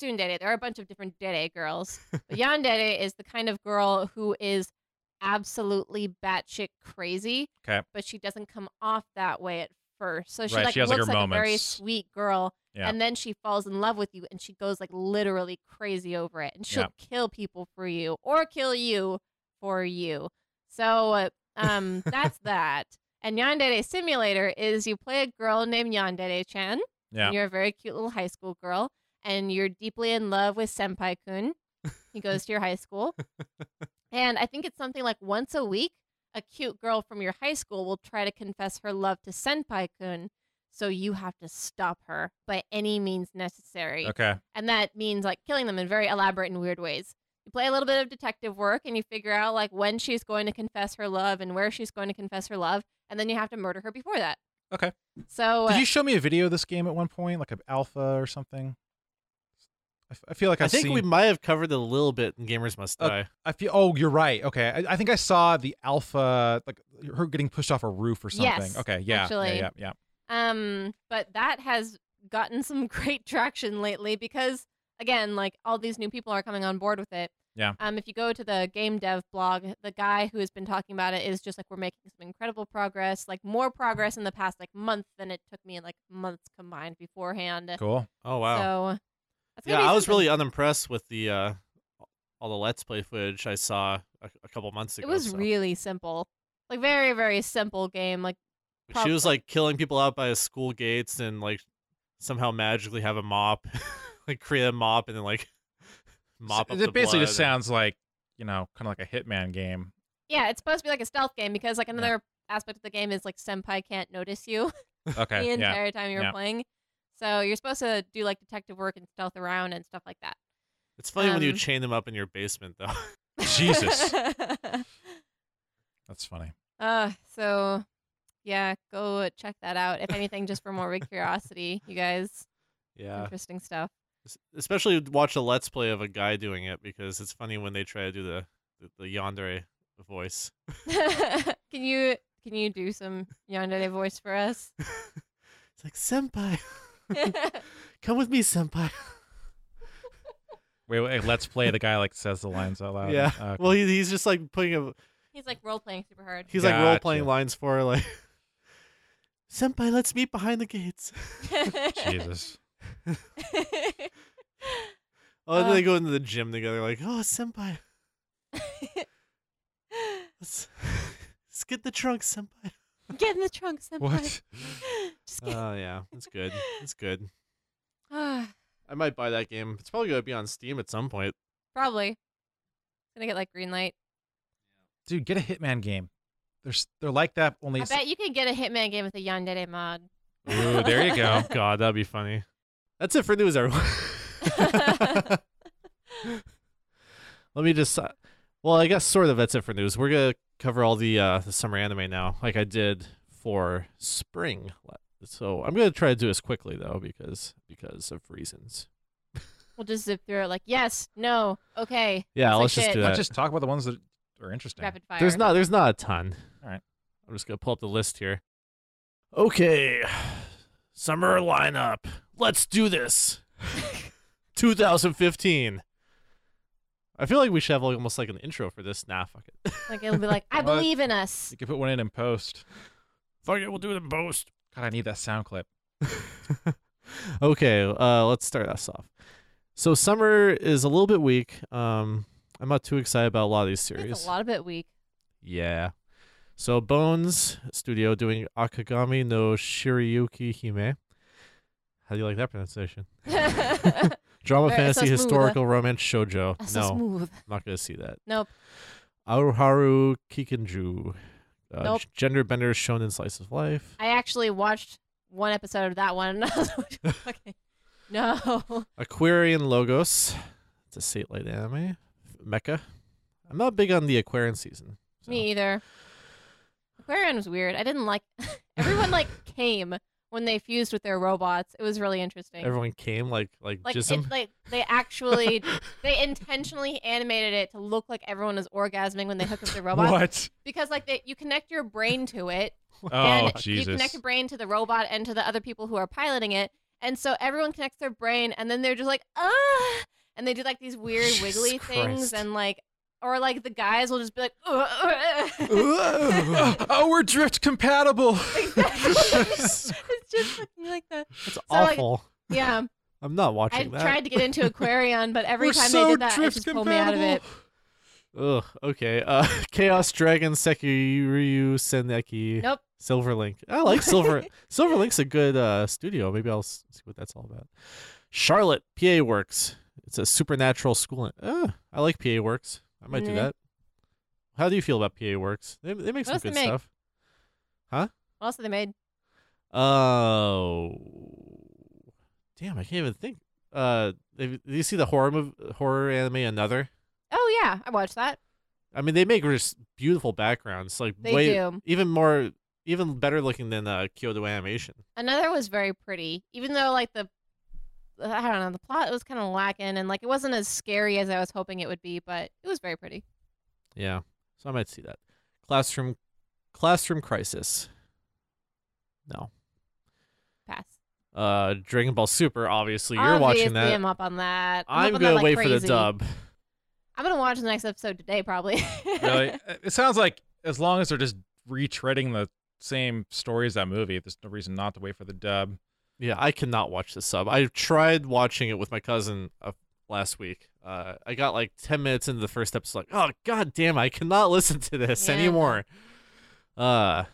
[SPEAKER 3] Tsundere. There are a bunch of different Dere girls. But Yandere is the kind of girl who is absolutely batshit crazy.
[SPEAKER 5] Okay.
[SPEAKER 3] But she doesn't come off that way at first. So she
[SPEAKER 5] Right,
[SPEAKER 3] like
[SPEAKER 5] she has, like,
[SPEAKER 3] looks
[SPEAKER 5] her
[SPEAKER 3] like a very
[SPEAKER 5] moments.
[SPEAKER 3] sweet girl.
[SPEAKER 5] Yeah.
[SPEAKER 3] And then she falls in love with you and she goes like literally crazy over it. And she'll kill people for you or kill you for you. So uh, um that's that. And Yandere Simulator is you play a girl named Yandere Chan.
[SPEAKER 5] Yeah.
[SPEAKER 3] You're a very cute little high school girl, and you're deeply in love with Senpai Kun. He goes to your high school. and I think it's something like once a week, a cute girl from your high school will try to confess her love to Senpai Kun. So you have to stop her by any means necessary.
[SPEAKER 5] Okay.
[SPEAKER 3] And that means like killing them in very elaborate and weird ways. You play a little bit of detective work and you figure out like when she's going to confess her love and where she's going to confess her love. And then you have to murder her before that.
[SPEAKER 5] Okay.
[SPEAKER 3] So
[SPEAKER 8] Did
[SPEAKER 3] uh,
[SPEAKER 8] you show me a video of this game at one point, like an alpha or something? I, f- I feel like
[SPEAKER 7] I
[SPEAKER 8] I've
[SPEAKER 7] think
[SPEAKER 8] seen.
[SPEAKER 7] we might have covered it a little bit in Gamers Must
[SPEAKER 8] Uh,
[SPEAKER 7] Die.
[SPEAKER 8] I feel. Oh, you're right. Okay, I, I think I saw the alpha, like her getting pushed off a roof or something.
[SPEAKER 3] Yes,
[SPEAKER 5] Okay. Yeah.
[SPEAKER 3] actually.
[SPEAKER 5] Yeah. Yeah. yeah.
[SPEAKER 3] Um, but that has gotten some great traction lately because again, like all these new people are coming on board with it.
[SPEAKER 5] Yeah.
[SPEAKER 3] Um, if you go to the game dev blog, the guy who has been talking about it is just like we're making some incredible progress, like more progress in the past like month than it took me like months combined beforehand.
[SPEAKER 5] Cool.
[SPEAKER 7] Oh wow.
[SPEAKER 3] So that's gonna
[SPEAKER 7] yeah,
[SPEAKER 3] be
[SPEAKER 7] I was
[SPEAKER 3] something.
[SPEAKER 7] really unimpressed with the uh, all the let's play footage I saw a, a couple months ago.
[SPEAKER 3] It was
[SPEAKER 7] so.
[SPEAKER 3] really simple, like very very simple game. Like
[SPEAKER 7] She was
[SPEAKER 3] prob-
[SPEAKER 7] like killing people out by school gates and like somehow magically have a mop, like create a mop and then like mop
[SPEAKER 5] So
[SPEAKER 7] up.
[SPEAKER 5] it
[SPEAKER 7] the
[SPEAKER 5] basically
[SPEAKER 7] blood.
[SPEAKER 5] just sounds like you know, kind of like a Hitman game.
[SPEAKER 3] yeah, it's supposed to be like a stealth game because like another aspect of the game is like senpai can't notice you.
[SPEAKER 5] Okay.
[SPEAKER 3] the
[SPEAKER 5] yeah.
[SPEAKER 3] entire time you were
[SPEAKER 5] Yeah.
[SPEAKER 3] playing. So you're supposed to do like detective work and stealth around and stuff like that.
[SPEAKER 7] It's funny when you
[SPEAKER 3] um,
[SPEAKER 7] chain them up in your basement though.
[SPEAKER 5] Jesus. That's funny.
[SPEAKER 3] uh, so yeah, go check that out. If anything, just for morbid curiosity, you guys.
[SPEAKER 7] yeah.
[SPEAKER 3] Interesting stuff.
[SPEAKER 7] Es- Especially watch a let's play of a guy doing it because it's funny when they try to do the the, the yandere voice.
[SPEAKER 3] can you can you do some Yandere voice for us?
[SPEAKER 7] It's like senpai, come with me, senpai.
[SPEAKER 5] Wait, wait, let's play. The guy like says the lines out loud.
[SPEAKER 7] yeah.
[SPEAKER 5] Uh,
[SPEAKER 8] Oh,
[SPEAKER 7] Well, he, he's just like putting a
[SPEAKER 3] He's like role playing super hard.
[SPEAKER 7] He's like role playing
[SPEAKER 5] Gotcha.
[SPEAKER 7] lines for her, like Senpai, let's meet behind the gates.
[SPEAKER 5] Jesus.
[SPEAKER 7] Oh, and
[SPEAKER 3] Uh.
[SPEAKER 7] then they go into the gym together, like, oh Senpai. Let's, let's get the trunk, Senpai.
[SPEAKER 3] get in the trunk, senpai.
[SPEAKER 5] What?
[SPEAKER 3] Just
[SPEAKER 7] Oh
[SPEAKER 3] get.
[SPEAKER 7] yeah. That's good. That's good.
[SPEAKER 3] Ah.
[SPEAKER 7] I might buy that game. It's probably gonna be on Steam at some point.
[SPEAKER 3] Probably. Gonna get like green light.
[SPEAKER 8] Dude, get a Hitman game. They're s- they're like that only.
[SPEAKER 3] I
[SPEAKER 8] s-
[SPEAKER 3] bet you can get a Hitman game with a Yandere mod.
[SPEAKER 5] Ooh, there you go.
[SPEAKER 7] God, that'd be funny. That's it for news, everyone. Let me just. Uh, well, I guess sort of that's it for news. We're gonna cover all the uh, the summer anime now, like I did for spring. So I'm gonna try to do this quickly though, because because of reasons.
[SPEAKER 3] We'll just zip through it like, yes, no, okay.
[SPEAKER 7] Yeah,
[SPEAKER 3] It's like
[SPEAKER 7] let's just
[SPEAKER 3] shit.
[SPEAKER 7] do
[SPEAKER 8] Let's
[SPEAKER 7] that.
[SPEAKER 8] just talk about the ones that are interesting.
[SPEAKER 3] Rapid fire.
[SPEAKER 7] There's not there's not a ton.
[SPEAKER 5] All right.
[SPEAKER 7] I'm just gonna pull up the list here. Okay, summer lineup. Let's do this. 2015. I feel like we should have like, almost like an intro for this. Nah, fuck it.
[SPEAKER 3] like it'll be like, I
[SPEAKER 5] Well,
[SPEAKER 3] believe in us.
[SPEAKER 5] You can put one in in post.
[SPEAKER 7] Fuck it, we'll do it in post.
[SPEAKER 5] God, I need that sound clip.
[SPEAKER 7] okay, uh, let's start us off. So summer is a little bit weak. Um, I'm not too excited about a lot of these series.
[SPEAKER 3] It's a lot of bit weak.
[SPEAKER 7] Yeah. So Bones Studio doing Akagami no Shiryuki Hime. How do you like that pronunciation?
[SPEAKER 3] That's
[SPEAKER 7] Drama,
[SPEAKER 3] Very- so
[SPEAKER 7] fantasy,
[SPEAKER 3] smooth.
[SPEAKER 7] historical, romance, shoujo.
[SPEAKER 3] so
[SPEAKER 7] No,
[SPEAKER 3] smooth.
[SPEAKER 7] not gonna see that.
[SPEAKER 3] Nope.
[SPEAKER 7] Aruharu Kikinju. Uh,
[SPEAKER 3] Nope.
[SPEAKER 7] Gender bender shonen slice of life.
[SPEAKER 3] I actually watched one episode of that one and I was like, okay. No.
[SPEAKER 7] Aquarian Logos. It's a satellite anime. Mecha. I'm not big on the Aquarian season. so-
[SPEAKER 3] Me either. Aquarian was weird. I didn't like everyone like came when they fused with their robots. It was really interesting.
[SPEAKER 7] Everyone came like like,
[SPEAKER 3] Like
[SPEAKER 7] jism.
[SPEAKER 3] it, like they actually they intentionally animated it to look like everyone was orgasming when they hooked up the robot
[SPEAKER 5] What?
[SPEAKER 3] because like they, you connect your brain to it
[SPEAKER 5] Oh,
[SPEAKER 3] and you
[SPEAKER 5] Jesus.
[SPEAKER 3] connect your brain to the robot and to the other people who are piloting it and so everyone connects their brain and then they're just like ah and they do like these weird
[SPEAKER 7] Jesus
[SPEAKER 3] wiggly things
[SPEAKER 7] Christ.
[SPEAKER 3] and like or like the guys will just be like "Ugh, ugh, ugh."
[SPEAKER 5] oh, oh, we're drift compatible.
[SPEAKER 3] it's just fucking like that
[SPEAKER 7] It's
[SPEAKER 3] like,
[SPEAKER 7] awful.
[SPEAKER 3] yeah
[SPEAKER 7] I'm not
[SPEAKER 3] I
[SPEAKER 7] watching that.
[SPEAKER 3] tried to get into Aquarion but every
[SPEAKER 5] we're
[SPEAKER 3] time
[SPEAKER 5] so
[SPEAKER 3] they did that it
[SPEAKER 5] drift
[SPEAKER 3] just pulled
[SPEAKER 5] compatible.
[SPEAKER 3] me out of it
[SPEAKER 7] Ugh. Okay. Uh, Chaos Dragon Sekiryu Seneki.
[SPEAKER 3] Nope.
[SPEAKER 7] Silverlink. I like Silver. Silverlink's a good uh, studio. Maybe I'll s- see what that's all about. Charlotte PA Works. It's a supernatural school. Uh, I like PA Works. I might do
[SPEAKER 3] Meh.
[SPEAKER 7] that. How do you feel about PA Works? They, they make
[SPEAKER 3] What else
[SPEAKER 7] some
[SPEAKER 3] they
[SPEAKER 7] good
[SPEAKER 3] make?
[SPEAKER 7] stuff.
[SPEAKER 3] what else have they made
[SPEAKER 7] Oh, damn! I can't even think. Uh, have- do you see the horror mov- horror anime Another?
[SPEAKER 3] oh yeah I watched that
[SPEAKER 7] I mean, they make just beautiful backgrounds, like
[SPEAKER 3] They
[SPEAKER 7] way
[SPEAKER 3] do.
[SPEAKER 7] even more, even better looking than uh, Kyoto Animation.
[SPEAKER 3] another was very pretty even though like the i don't know the plot was kind of lacking and like it wasn't as scary as i was hoping it would be but it was very pretty
[SPEAKER 7] Yeah, so I might see that. Classroom, Classroom Crisis. No, Uh, Dragon Ball Super, obviously, you're
[SPEAKER 3] Obviously,
[SPEAKER 7] watching that.
[SPEAKER 3] I'm up on that.
[SPEAKER 7] I'm
[SPEAKER 3] up on
[SPEAKER 7] gonna
[SPEAKER 3] that like
[SPEAKER 7] wait for the
[SPEAKER 3] crazy.
[SPEAKER 7] dub.
[SPEAKER 3] I'm gonna watch the next episode today, probably.
[SPEAKER 5] really? Uh, It sounds like as long as they're just retreading the same story as that movie, there's no reason not to wait for the dub.
[SPEAKER 7] Yeah, I cannot watch the sub. I tried watching it with my cousin uh, last week. Uh, I got like ten minutes into the first episode, like, oh god damn, I cannot listen to this
[SPEAKER 3] Yeah.
[SPEAKER 7] anymore. Uh,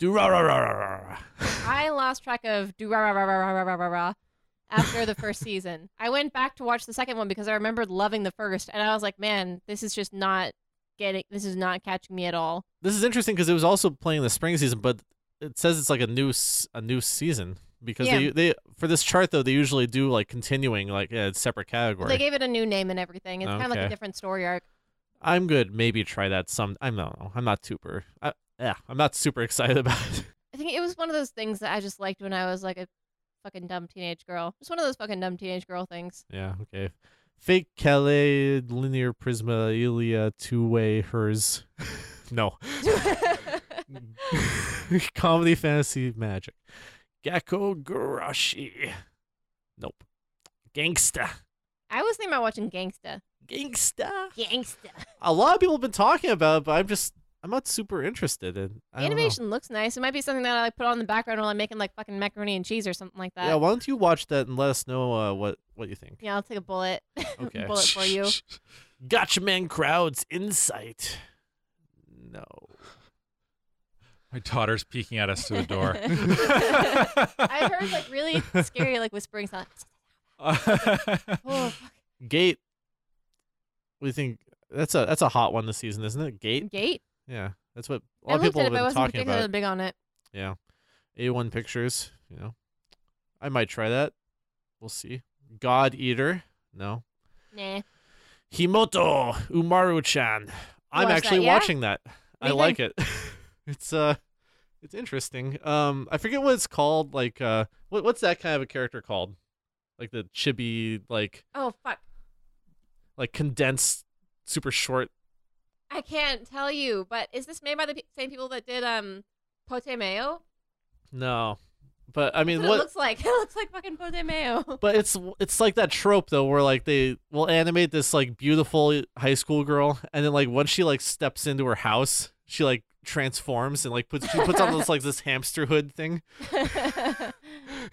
[SPEAKER 7] do rah rah rah rah rah.
[SPEAKER 3] I lost track of do rah rah rah rah rah rah rah rah after the first season. I went back to watch the second one because I remembered loving the first, and I was like, man, this is just not getting. This is not catching me at all.
[SPEAKER 7] This is interesting because it was also playing the spring season, but it says it's like a new s- a new season because
[SPEAKER 3] Yeah.
[SPEAKER 7] they they for this chart though they usually do like continuing like a separate category.
[SPEAKER 3] They gave it a new name and everything. It's kind of like
[SPEAKER 7] Okay.
[SPEAKER 3] a different story arc.
[SPEAKER 7] I'm good. Maybe try that some. I don't know. I'm not super. I, yeah, I'm not super excited about it.
[SPEAKER 3] I think it was one of those things that I just liked when I was like a fucking dumb teenage girl. Just one of those fucking dumb teenage girl things.
[SPEAKER 7] Yeah, okay. Fake Calais, linear prisma, Ilia, two way, hers. no. Comedy, fantasy, magic. Gakko Garashi. Nope. Gangsta.
[SPEAKER 3] I was thinking about watching Gangsta.
[SPEAKER 7] Gangsta.
[SPEAKER 3] Gangsta.
[SPEAKER 7] A lot of people have been talking about it, but I'm just, I'm not super interested in I don't know.
[SPEAKER 3] Animation looks nice. It might be something that I like put on in the background while I'm making like fucking macaroni and cheese or something like that.
[SPEAKER 7] Yeah, why don't you watch that and let us know uh, what, what you think?
[SPEAKER 3] Yeah, I'll take a bullet.
[SPEAKER 7] Okay.
[SPEAKER 3] bullet for you.
[SPEAKER 7] Gotcha Man Crowd's Insight. No.
[SPEAKER 5] My daughter's peeking at us through the door.
[SPEAKER 3] I heard like really scary like whispering sound. Oh, fuck.
[SPEAKER 7] Gate. What do you think? That's a that's a hot one this season, isn't it? Gate.
[SPEAKER 3] Gate.
[SPEAKER 7] Yeah, that's what a
[SPEAKER 3] Mm-hmm. I
[SPEAKER 7] lot of
[SPEAKER 3] looked
[SPEAKER 7] people
[SPEAKER 3] at it,
[SPEAKER 7] have
[SPEAKER 3] but I
[SPEAKER 7] been
[SPEAKER 3] wasn't
[SPEAKER 7] talking
[SPEAKER 3] particularly
[SPEAKER 7] about.
[SPEAKER 3] big on it.
[SPEAKER 7] Yeah, A1 Pictures. You know, I might try that. We'll see. God Eater. No.
[SPEAKER 3] Nah.
[SPEAKER 7] Himoto Umaru-chan. I'm
[SPEAKER 3] Watch that,
[SPEAKER 7] actually
[SPEAKER 3] yeah?
[SPEAKER 7] watching that.
[SPEAKER 3] do
[SPEAKER 7] I
[SPEAKER 3] you
[SPEAKER 7] like it. it's uh, it's interesting. Um, I forget what it's called. Like uh, what what's that kind of a character called? Like the chibi, like
[SPEAKER 3] Oh fuck.
[SPEAKER 7] like condensed, super short
[SPEAKER 3] I can't tell you, but is this made by the pe- same people that did um pote mayo?
[SPEAKER 7] No, but I
[SPEAKER 3] That's
[SPEAKER 7] mean,
[SPEAKER 3] what,
[SPEAKER 7] what?
[SPEAKER 3] it looks like? It looks like fucking pote mayo.
[SPEAKER 7] but it's it's like that trope though, where like they will animate this like beautiful high school girl, and then like once she like steps into her house, she like transforms and like puts she puts on this like this hamster hood thing, and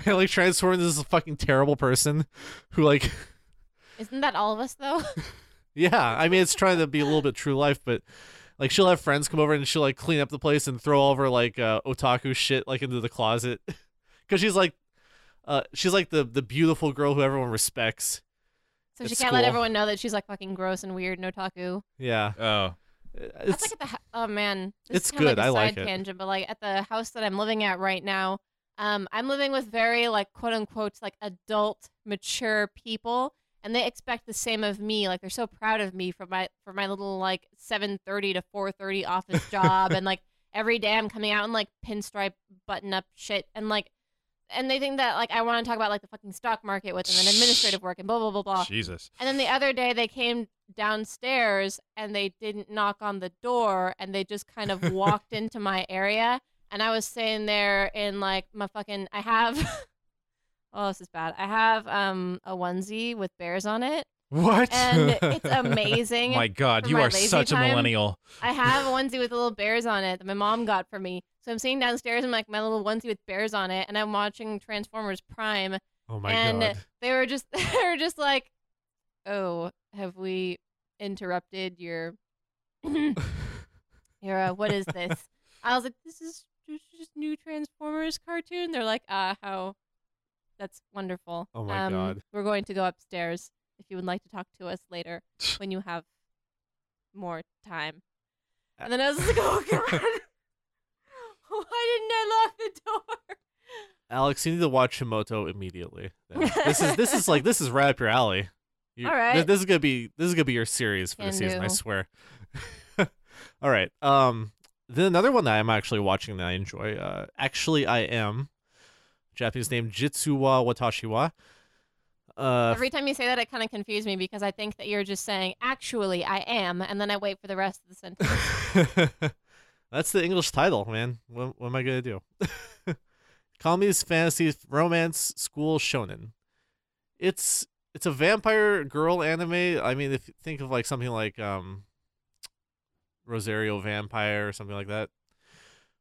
[SPEAKER 7] like transforms into this fucking terrible person, who like
[SPEAKER 3] Isn't that all of us though?
[SPEAKER 7] yeah, I mean it's trying to be a little bit true life, but. Like she'll have friends come over and she'll like clean up the place and throw all of her like uh, otaku shit like into the closet, because she's like, uh, she's like the the beautiful girl who everyone respects,
[SPEAKER 3] So she
[SPEAKER 7] It's
[SPEAKER 3] can't let
[SPEAKER 7] cool.
[SPEAKER 3] everyone know that she's like fucking gross and weird, no taku.
[SPEAKER 7] Yeah.
[SPEAKER 5] oh,
[SPEAKER 3] That's
[SPEAKER 7] It's
[SPEAKER 3] like at the hou- oh man, this
[SPEAKER 7] it's
[SPEAKER 3] is kinda
[SPEAKER 7] good,
[SPEAKER 3] Like a
[SPEAKER 7] I like
[SPEAKER 3] side
[SPEAKER 7] it.
[SPEAKER 3] tangent, but like at the house that I'm living at right now, um, I'm living with very like quote unquote like adult, mature people, and they expect the same of me. Like they're so proud of me for my for my little like 7:30 to 4:30 office job, and like every day I'm coming out in like pinstripe button up shit, and like. And they think that like I want to talk about like the fucking stock market with them and administrative work and blah blah blah blah.
[SPEAKER 5] Jesus.
[SPEAKER 3] And then the other day they came downstairs and they didn't knock on the door and they just kind of walked into my area and I was sitting there in like my fucking I have Oh, this is bad. I have um a onesie with bears on it
[SPEAKER 5] What?
[SPEAKER 3] and it's amazing.
[SPEAKER 5] My God,
[SPEAKER 3] for
[SPEAKER 5] you
[SPEAKER 3] my
[SPEAKER 5] are
[SPEAKER 3] lazy
[SPEAKER 5] such
[SPEAKER 3] time.
[SPEAKER 5] a millennial.
[SPEAKER 3] I have a onesie with little bears on it that my mom got for me. So I'm sitting downstairs in like my little onesie with bears on it and I'm watching Transformers Prime
[SPEAKER 7] oh my
[SPEAKER 3] and
[SPEAKER 7] god.
[SPEAKER 3] they were just they were just like oh have we interrupted your your uh, what is this i was like this is this is just new transformers cartoon they're like ah how that's wonderful Um,
[SPEAKER 7] Oh my God.
[SPEAKER 3] we're going to go upstairs if you would like to talk to us later when you have more time
[SPEAKER 7] Uh
[SPEAKER 3] and then i was like oh god why didn't i lock the door
[SPEAKER 7] Alex, you need to watch Himoto immediately. Yeah. this is this is like this is right up your alley. You-
[SPEAKER 3] All
[SPEAKER 7] thi-
[SPEAKER 3] right.
[SPEAKER 7] this is gonna be this is gonna be your series for the
[SPEAKER 3] Can
[SPEAKER 7] season, I
[SPEAKER 3] do.
[SPEAKER 7] swear. All right. Um then another one that I'm actually watching that I enjoy. Uh actually I am. Japanese name Jitsuwa Watashiwa. Uh
[SPEAKER 3] Every time you say that, it kind of confused me because I think that you're just saying, actually, I am, and then I wait for the rest of the sentence.
[SPEAKER 7] That's the English title, man. What, what am I gonna do? comedies, fantasy, romance, school shonen. It's it's a vampire girl anime. I mean, if you think of like something like um Rosario Vampire or something like that.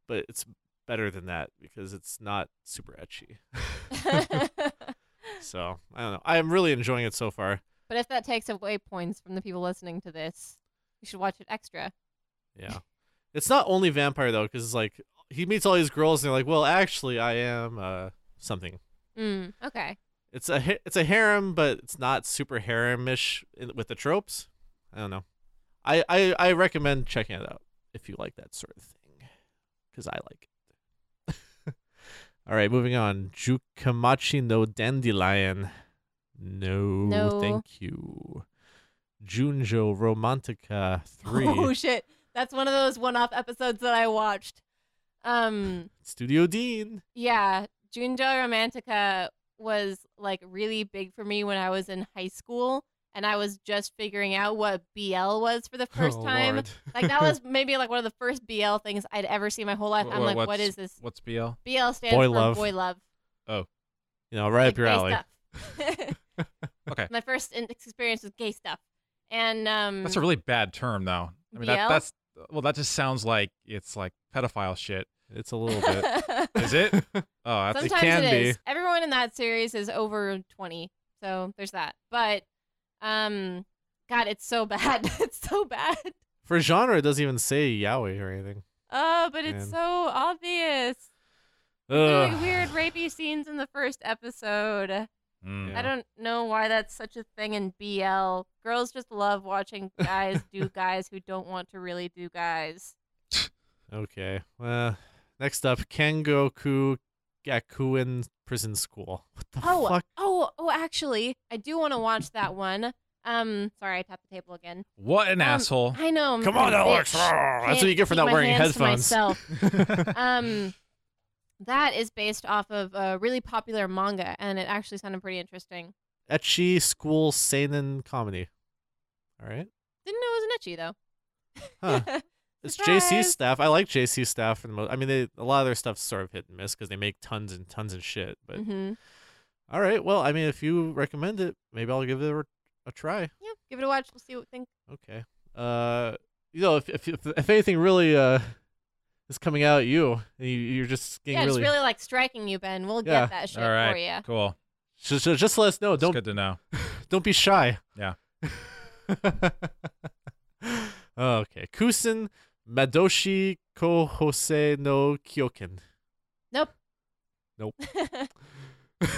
[SPEAKER 7] But it's better than that because it's not super etchy. So, I don't know. I am really enjoying it so far.
[SPEAKER 3] but if that takes away points from the people listening to this, you should watch it extra.
[SPEAKER 7] Yeah. It's not only vampire though, because like he meets all these girls and they're like, well, actually, I am uh, something.
[SPEAKER 3] Mm, okay.
[SPEAKER 7] It's a ha- it's a harem, but it's not super haremish in- with the tropes. I don't know. I, I I recommend checking it out if you like that sort of thing, because I like it. all right, moving on. Jukamachi no Dandelion. No,
[SPEAKER 3] No.
[SPEAKER 7] thank you. Junjo Romantica three.
[SPEAKER 3] Oh shit. That's one of those one-off episodes that I watched. Um
[SPEAKER 7] Studio Dean.
[SPEAKER 3] Yeah, Junjo Romantica was like really big for me when I was in high school and I was just figuring out what BL was for the first
[SPEAKER 7] Oh,
[SPEAKER 3] time.
[SPEAKER 7] Lord.
[SPEAKER 3] Like that was maybe like one of the first BL things I'd ever seen my whole life.
[SPEAKER 5] Wh-
[SPEAKER 3] I'm
[SPEAKER 5] wh-
[SPEAKER 3] like, what
[SPEAKER 5] what's-
[SPEAKER 3] is this?
[SPEAKER 5] What's BL?
[SPEAKER 3] BL stands
[SPEAKER 7] Boy
[SPEAKER 3] for
[SPEAKER 7] love.
[SPEAKER 3] boy love.
[SPEAKER 7] you know, right
[SPEAKER 3] like
[SPEAKER 7] up your
[SPEAKER 3] gay
[SPEAKER 7] alley.
[SPEAKER 3] stuff.
[SPEAKER 5] Okay.
[SPEAKER 3] My first in- experience was gay stuff. And um
[SPEAKER 5] That's a really bad term, though. I mean, that,
[SPEAKER 3] BL?
[SPEAKER 5] that's well, that just sounds like it's like pedophile shit.
[SPEAKER 7] It's a little bit.
[SPEAKER 5] Is it? Oh, that's
[SPEAKER 3] Sometimes
[SPEAKER 7] can
[SPEAKER 3] it is.
[SPEAKER 7] be.
[SPEAKER 3] Everyone in that series is over 20. So there's that. But um god, it's so bad. it's so bad.
[SPEAKER 7] For genre, it doesn't even say yaoi or anything.
[SPEAKER 3] Oh, but it's
[SPEAKER 7] Man.
[SPEAKER 3] so obvious. There are,
[SPEAKER 7] Ugh.
[SPEAKER 3] like weird rapey scenes in the first episode.
[SPEAKER 5] Mm.
[SPEAKER 3] I don't know why that's such a thing in BL. Girls just love watching guys do guys who don't want to really do guys.
[SPEAKER 7] Okay. Well, next up, Kengoku Gakuen Prison School. What the
[SPEAKER 3] Oh,
[SPEAKER 7] fuck?
[SPEAKER 3] oh, oh! Actually, I do want to watch that one. Um, sorry, I tapped the table again.
[SPEAKER 5] What an
[SPEAKER 3] Um,
[SPEAKER 5] asshole!
[SPEAKER 3] I know. I'm
[SPEAKER 7] Oh. Come
[SPEAKER 3] a
[SPEAKER 7] on, Alex.
[SPEAKER 3] bitch.
[SPEAKER 7] That's what
[SPEAKER 3] Can't
[SPEAKER 7] you get for
[SPEAKER 3] keep
[SPEAKER 7] not
[SPEAKER 3] my
[SPEAKER 7] wearing
[SPEAKER 3] hands to
[SPEAKER 7] headphones.
[SPEAKER 3] myself. um, that is based off of a really popular manga, and it actually sounded pretty interesting.
[SPEAKER 7] Etchy school seinen comedy. All right.
[SPEAKER 3] Didn't know it was an itchy though.
[SPEAKER 7] Huh. It's JC
[SPEAKER 3] Surprise.
[SPEAKER 7] staff. I like JC staff for the most. I mean, they, a lot of their stuff's sort of hit and miss because they make tons and tons of shit. But
[SPEAKER 3] hmm
[SPEAKER 7] all right, well, I mean, if you recommend it, maybe I'll give it a, a try.
[SPEAKER 3] Yeah, give it a watch. We'll see what we think.
[SPEAKER 7] Okay. Uh, you know, if if if, if anything really uh is coming out at you, and you you're just getting
[SPEAKER 3] yeah,
[SPEAKER 7] really,
[SPEAKER 3] it's really like striking you, Ben. We'll
[SPEAKER 7] Yeah.
[SPEAKER 3] get that shit
[SPEAKER 5] All right,
[SPEAKER 3] for you.
[SPEAKER 5] cool.
[SPEAKER 7] just, just just let us know.
[SPEAKER 5] It's
[SPEAKER 7] Don't
[SPEAKER 5] good to know.
[SPEAKER 7] don't be shy.
[SPEAKER 5] Yeah.
[SPEAKER 7] okay. Kusin Madoshi Ko Hose no Kyoken.
[SPEAKER 3] Nope.
[SPEAKER 7] Nope.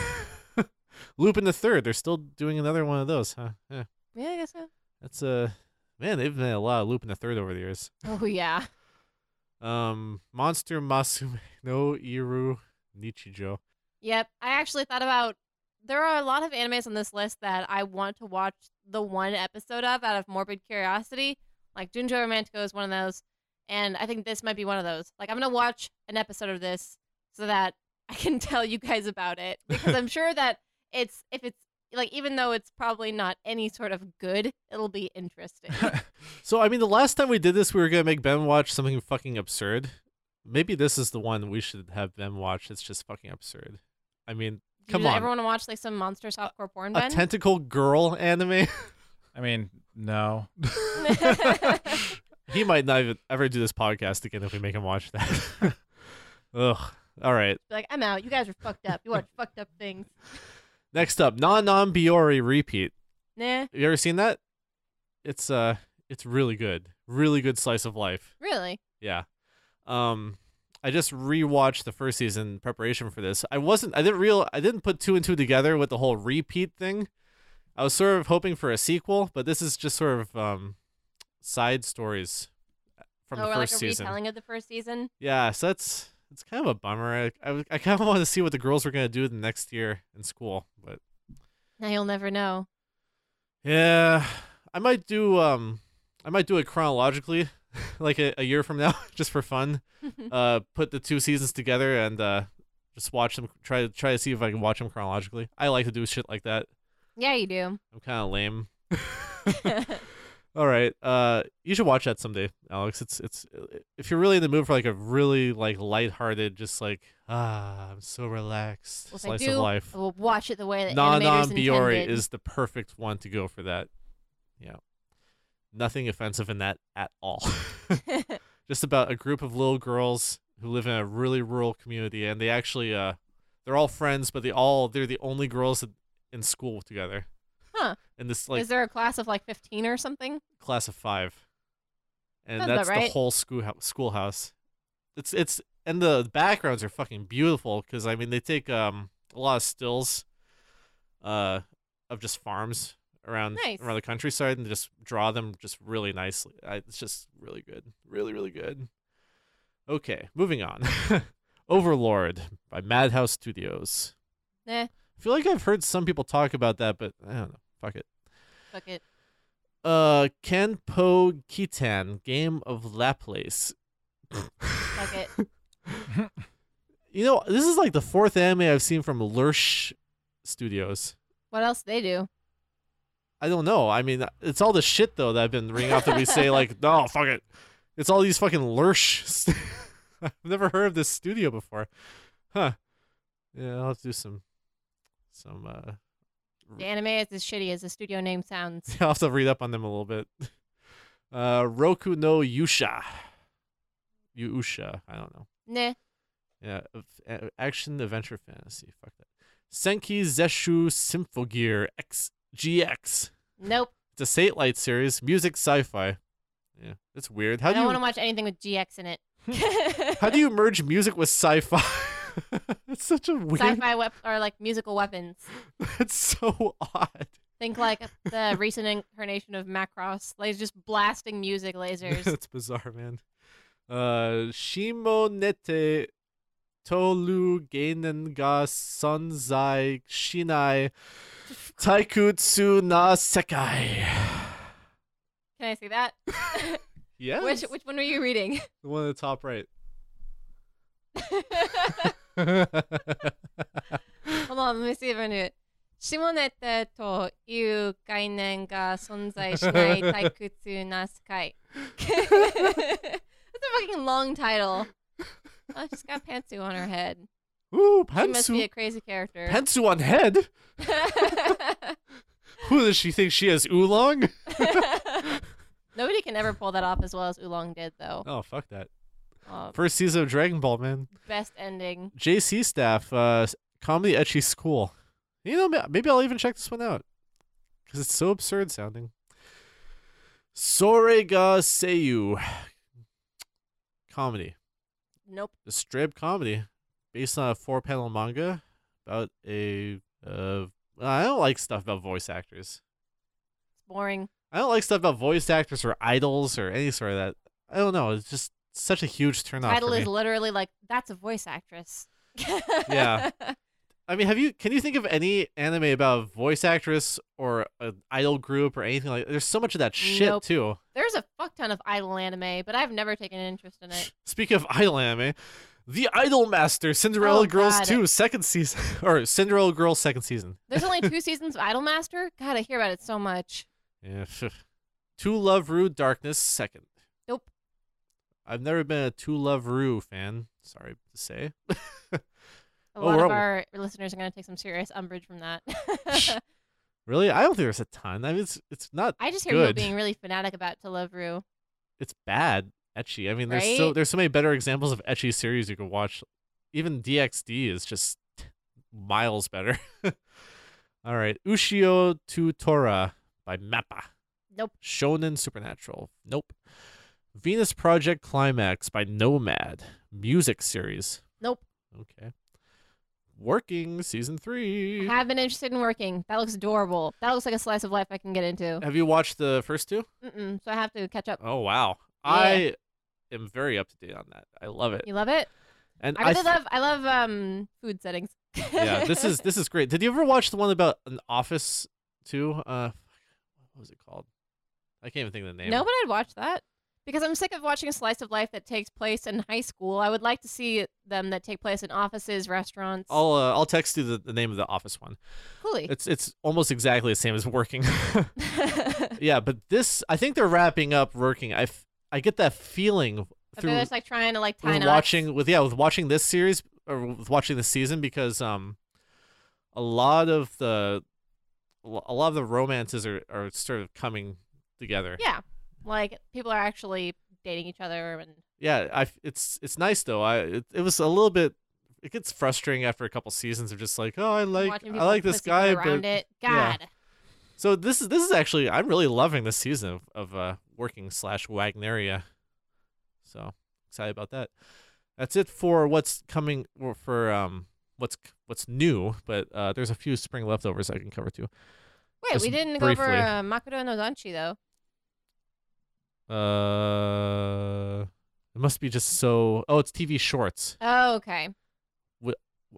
[SPEAKER 7] Lupin the Third. They're still doing another one of those, huh? Yeah.
[SPEAKER 3] yeah, I guess so.
[SPEAKER 7] That's uh, man. They've made a lot of Lupin the Third over the years.
[SPEAKER 3] Oh yeah.
[SPEAKER 7] Um, Monster Masume no Iru Nichijou.
[SPEAKER 3] Yep. I actually thought about there are a lot of animes on this list that I want to watch the one episode of out of morbid curiosity. Like Junjo Romantico is one of those, and I think this might be one of those. Like I'm gonna watch an episode of this so that I can tell you guys about it because I'm sure that it's if it's like even though it's probably not any sort of good, it'll be interesting.
[SPEAKER 7] So I mean, the last time we did this, we were gonna make Ben watch something fucking absurd. Maybe this is the one we should have Ben watch. That's just fucking absurd. I mean,
[SPEAKER 3] Do
[SPEAKER 7] Come
[SPEAKER 3] you
[SPEAKER 7] on.
[SPEAKER 3] ever want to watch like some monster softcore porn,
[SPEAKER 7] a
[SPEAKER 3] Ben?
[SPEAKER 7] tentacle girl anime.
[SPEAKER 5] I mean, no.
[SPEAKER 7] he might not even ever do this podcast again if we make him watch that. Ugh. All right.
[SPEAKER 3] Be like I'm out. You guys are fucked up. You watch fucked up things.
[SPEAKER 7] Next up, Non Non Biori repeat.
[SPEAKER 3] Nah,
[SPEAKER 7] Have you ever seen that? It's uh, it's really good. Really good slice of life.
[SPEAKER 3] really.
[SPEAKER 7] Yeah. Um I just rewatched the first season in preparation for this. I wasn't I didn't real I didn't put two and two together with the whole repeat thing. I was sort of hoping for a sequel, but this is just sort of um side stories uh, from
[SPEAKER 3] oh,
[SPEAKER 7] the
[SPEAKER 3] or
[SPEAKER 7] first
[SPEAKER 3] like a
[SPEAKER 7] season.
[SPEAKER 3] retelling of the first season.
[SPEAKER 7] Yeah, so that's it's kind of a bummer. I I, was- I kind of wanted to see what the girls were going to do the next year in school, but
[SPEAKER 3] Now you'll never know.
[SPEAKER 7] yeah, I might do um I might do it chronologically like a, a year from now just for fun. uh, put the two seasons together and uh, just watch them. Try to try to see if I can watch them chronologically. I like to do shit like that.
[SPEAKER 3] yeah, you do.
[SPEAKER 7] I'm kind of lame. All right. Uh, you should watch that someday, Alex. It's it's if you're really in the mood for like a really like lighthearted, just like ah, I'm so relaxed
[SPEAKER 3] Well, if I
[SPEAKER 7] slice
[SPEAKER 3] do,
[SPEAKER 7] of life.
[SPEAKER 3] I will watch it the way that
[SPEAKER 7] Na Na
[SPEAKER 3] animators
[SPEAKER 7] Biore
[SPEAKER 3] intended.
[SPEAKER 7] is the perfect one to go for that. Yeah. Nothing offensive in that at all. Just about a group of little girls who live in a really rural community and they actually uh they're all friends but they all they're the only girls that- in school together.
[SPEAKER 3] Huh.
[SPEAKER 7] And this like
[SPEAKER 3] is there a class of like 15 or something?
[SPEAKER 7] class of 5. And
[SPEAKER 3] Sounds about
[SPEAKER 7] that's
[SPEAKER 3] right.
[SPEAKER 7] the whole school schoolhouse. It's it's and the backgrounds are fucking beautiful cuz I mean they take um a lot of stills uh of just farms around
[SPEAKER 3] Nice.
[SPEAKER 7] around the countryside and just draw them just really nicely. I, it's just really good. Really really good. Okay, moving on. Overlord by Madhouse Studios.
[SPEAKER 3] Nah,
[SPEAKER 7] I feel like I've heard some people talk about that but I don't know. Fuck it.
[SPEAKER 3] fuck it.
[SPEAKER 7] Uh, Kenpo Kitan, Game of Laplace.
[SPEAKER 3] Fuck it.
[SPEAKER 7] You know, this is like the fourth anime I've seen from Lurch Studios.
[SPEAKER 3] What else they do?
[SPEAKER 7] I don't know. I mean, it's all the shit though that I've been ringing off that we say like, no, fuck it. It's all these fucking Lurch. St- I've never heard of this studio before, huh? Yeah, I'll have to do some, some. uh
[SPEAKER 3] The anime is as shitty as the studio name sounds.
[SPEAKER 7] I'll have to read up on them a little bit. Uh, Roku no Yusha. Yusha, I don't know.
[SPEAKER 3] Nah.
[SPEAKER 7] Yeah, of- a- action adventure fantasy. Fuck that. Senki Zeshu Symphogear X GX.
[SPEAKER 3] Nope.
[SPEAKER 7] It's a Satellite series, music sci-fi. Yeah, it's weird. How
[SPEAKER 3] I
[SPEAKER 7] do
[SPEAKER 3] don't
[SPEAKER 7] you
[SPEAKER 3] want to watch anything with GX in it.
[SPEAKER 7] how do you merge music with sci-fi? it's such a weird.
[SPEAKER 3] Sci-fi wep- or like musical weapons.
[SPEAKER 7] It's so odd.
[SPEAKER 3] Think like the recent incarnation of Macross. Like just blasting music lasers.
[SPEAKER 7] That's bizarre, man. Uh, Shimonete Tolu Gainen ga Sonzai Shinai Taikutsu na Sekai.
[SPEAKER 3] Can I see that?
[SPEAKER 7] Yes.
[SPEAKER 3] which which one were you reading?
[SPEAKER 7] The one at the top right.
[SPEAKER 3] Hold on, let me see if I knew it. Shimonete to iu gainen ga sonzai shinai taikutsu na sukai. That's a fucking long title. Oh, she's got pantsu on her head.
[SPEAKER 7] Ooh,
[SPEAKER 3] She must be a
[SPEAKER 7] Pantsu.
[SPEAKER 3] crazy character.
[SPEAKER 7] Pantsu on head? Who does she think she is? Oolong?
[SPEAKER 3] Nobody can ever pull that off as well as Oolong did, though.
[SPEAKER 7] Oh, fuck that.
[SPEAKER 3] Oh,
[SPEAKER 7] First season of Dragon Ball, man.
[SPEAKER 3] best ending.
[SPEAKER 7] JC staff, uh, comedy etchy school. You know, ma- maybe I'll even check this one out because it's so absurd sounding. Sorega Seiyu, comedy,
[SPEAKER 3] Nope.
[SPEAKER 7] a strip comedy based on a four-panel manga about a. Uh, I don't like stuff about voice actors.
[SPEAKER 3] It's boring.
[SPEAKER 7] I don't like stuff about voice actors or idols or any sort of that. I don't know. It's just such a huge turnoff.
[SPEAKER 3] Title
[SPEAKER 7] for me.
[SPEAKER 3] is literally like, that's a voice actress.
[SPEAKER 7] Yeah. I mean, have you? Can you think of any anime about a voice actress or an idol group or anything like? There's so much of that shit
[SPEAKER 3] Nope.
[SPEAKER 7] too.
[SPEAKER 3] There's a fuck ton of idol anime, but I've never taken an interest in it.
[SPEAKER 7] Speaking of idol anime, The Idol Master, Cinderella
[SPEAKER 3] Oh,
[SPEAKER 7] Girls
[SPEAKER 3] God.
[SPEAKER 7] 2, second season, or Cinderella Girls second season.
[SPEAKER 3] There's only two seasons of Idol Master. God, I hear about it so much.
[SPEAKER 7] Yeah. Two Love Rue Darkness second.
[SPEAKER 3] Nope.
[SPEAKER 7] I've never been a Two Love Rue fan. Sorry to say.
[SPEAKER 3] A
[SPEAKER 7] Oh,
[SPEAKER 3] lot
[SPEAKER 7] we're
[SPEAKER 3] of
[SPEAKER 7] all-
[SPEAKER 3] our listeners are going to take some serious umbrage from that.
[SPEAKER 7] Really, I don't think there's a ton. I mean, it's it's not.
[SPEAKER 3] I just hear people
[SPEAKER 7] Good.
[SPEAKER 3] being really fanatic about To Love Rue.
[SPEAKER 7] it's bad etchy. I mean, there's so
[SPEAKER 3] Right?
[SPEAKER 7] there's so many better examples of etchy series you could watch. Even DxD is just miles better. All right, Ushio to Tora by Mappa.
[SPEAKER 3] Nope.
[SPEAKER 7] Shonen Supernatural. Nope. Venus Project Climax by Nomad. Music series.
[SPEAKER 3] Nope.
[SPEAKER 7] Okay. Working season
[SPEAKER 3] I
[SPEAKER 7] three.
[SPEAKER 3] have been interested in working. That looks adorable. That looks like a slice of life I can get into.
[SPEAKER 7] Have you watched the first two?
[SPEAKER 3] Mm-mm, so I have to catch up.
[SPEAKER 7] Oh wow,
[SPEAKER 3] Yeah.
[SPEAKER 7] I am very up to date on that. I love it.
[SPEAKER 3] You love it?
[SPEAKER 7] And
[SPEAKER 3] I really
[SPEAKER 7] th-
[SPEAKER 3] love I love um food settings.
[SPEAKER 7] yeah, this is this is great. Did you ever watch the one about an office too? Uh, what was it called? I can't even think of the name.
[SPEAKER 3] no, but I'd watch that. because I'm sick of watching a slice of life that takes place in high school. I would like to see them that take place in offices, restaurants.
[SPEAKER 7] I'll uh, I'll text you the, the name of the office one.
[SPEAKER 3] Coolly.
[SPEAKER 7] It's it's almost exactly the same as working. yeah, but this I think they're wrapping up working. I, f- I get that feeling
[SPEAKER 3] I feel
[SPEAKER 7] through
[SPEAKER 3] it's like trying to like tie
[SPEAKER 7] with
[SPEAKER 3] knots.
[SPEAKER 7] watching with yeah with watching this series or with watching this season because um a lot of the a lot of the romances are, are sort of coming together.
[SPEAKER 3] Yeah, like people are actually dating each other and
[SPEAKER 7] yeah i f- it's it's nice though i it, it was a little bit it gets frustrating after a couple seasons of just like oh i like
[SPEAKER 3] watching
[SPEAKER 7] i
[SPEAKER 3] people
[SPEAKER 7] like this
[SPEAKER 3] pussyfoot
[SPEAKER 7] guy
[SPEAKER 3] around
[SPEAKER 7] but
[SPEAKER 3] it.
[SPEAKER 7] yeah.
[SPEAKER 3] God,
[SPEAKER 7] so this is this is actually i'm really loving this season of, of uh working slash wagneria so excited about that that's it for what's coming or for um what's c- what's new but uh there's a few spring leftovers i can cover too
[SPEAKER 3] wait,
[SPEAKER 7] Just
[SPEAKER 3] we didn't go over
[SPEAKER 7] briefly.
[SPEAKER 3] uh, Makoto no Danchi though.
[SPEAKER 7] uh it must be just so oh it's tv shorts
[SPEAKER 3] Oh, okay.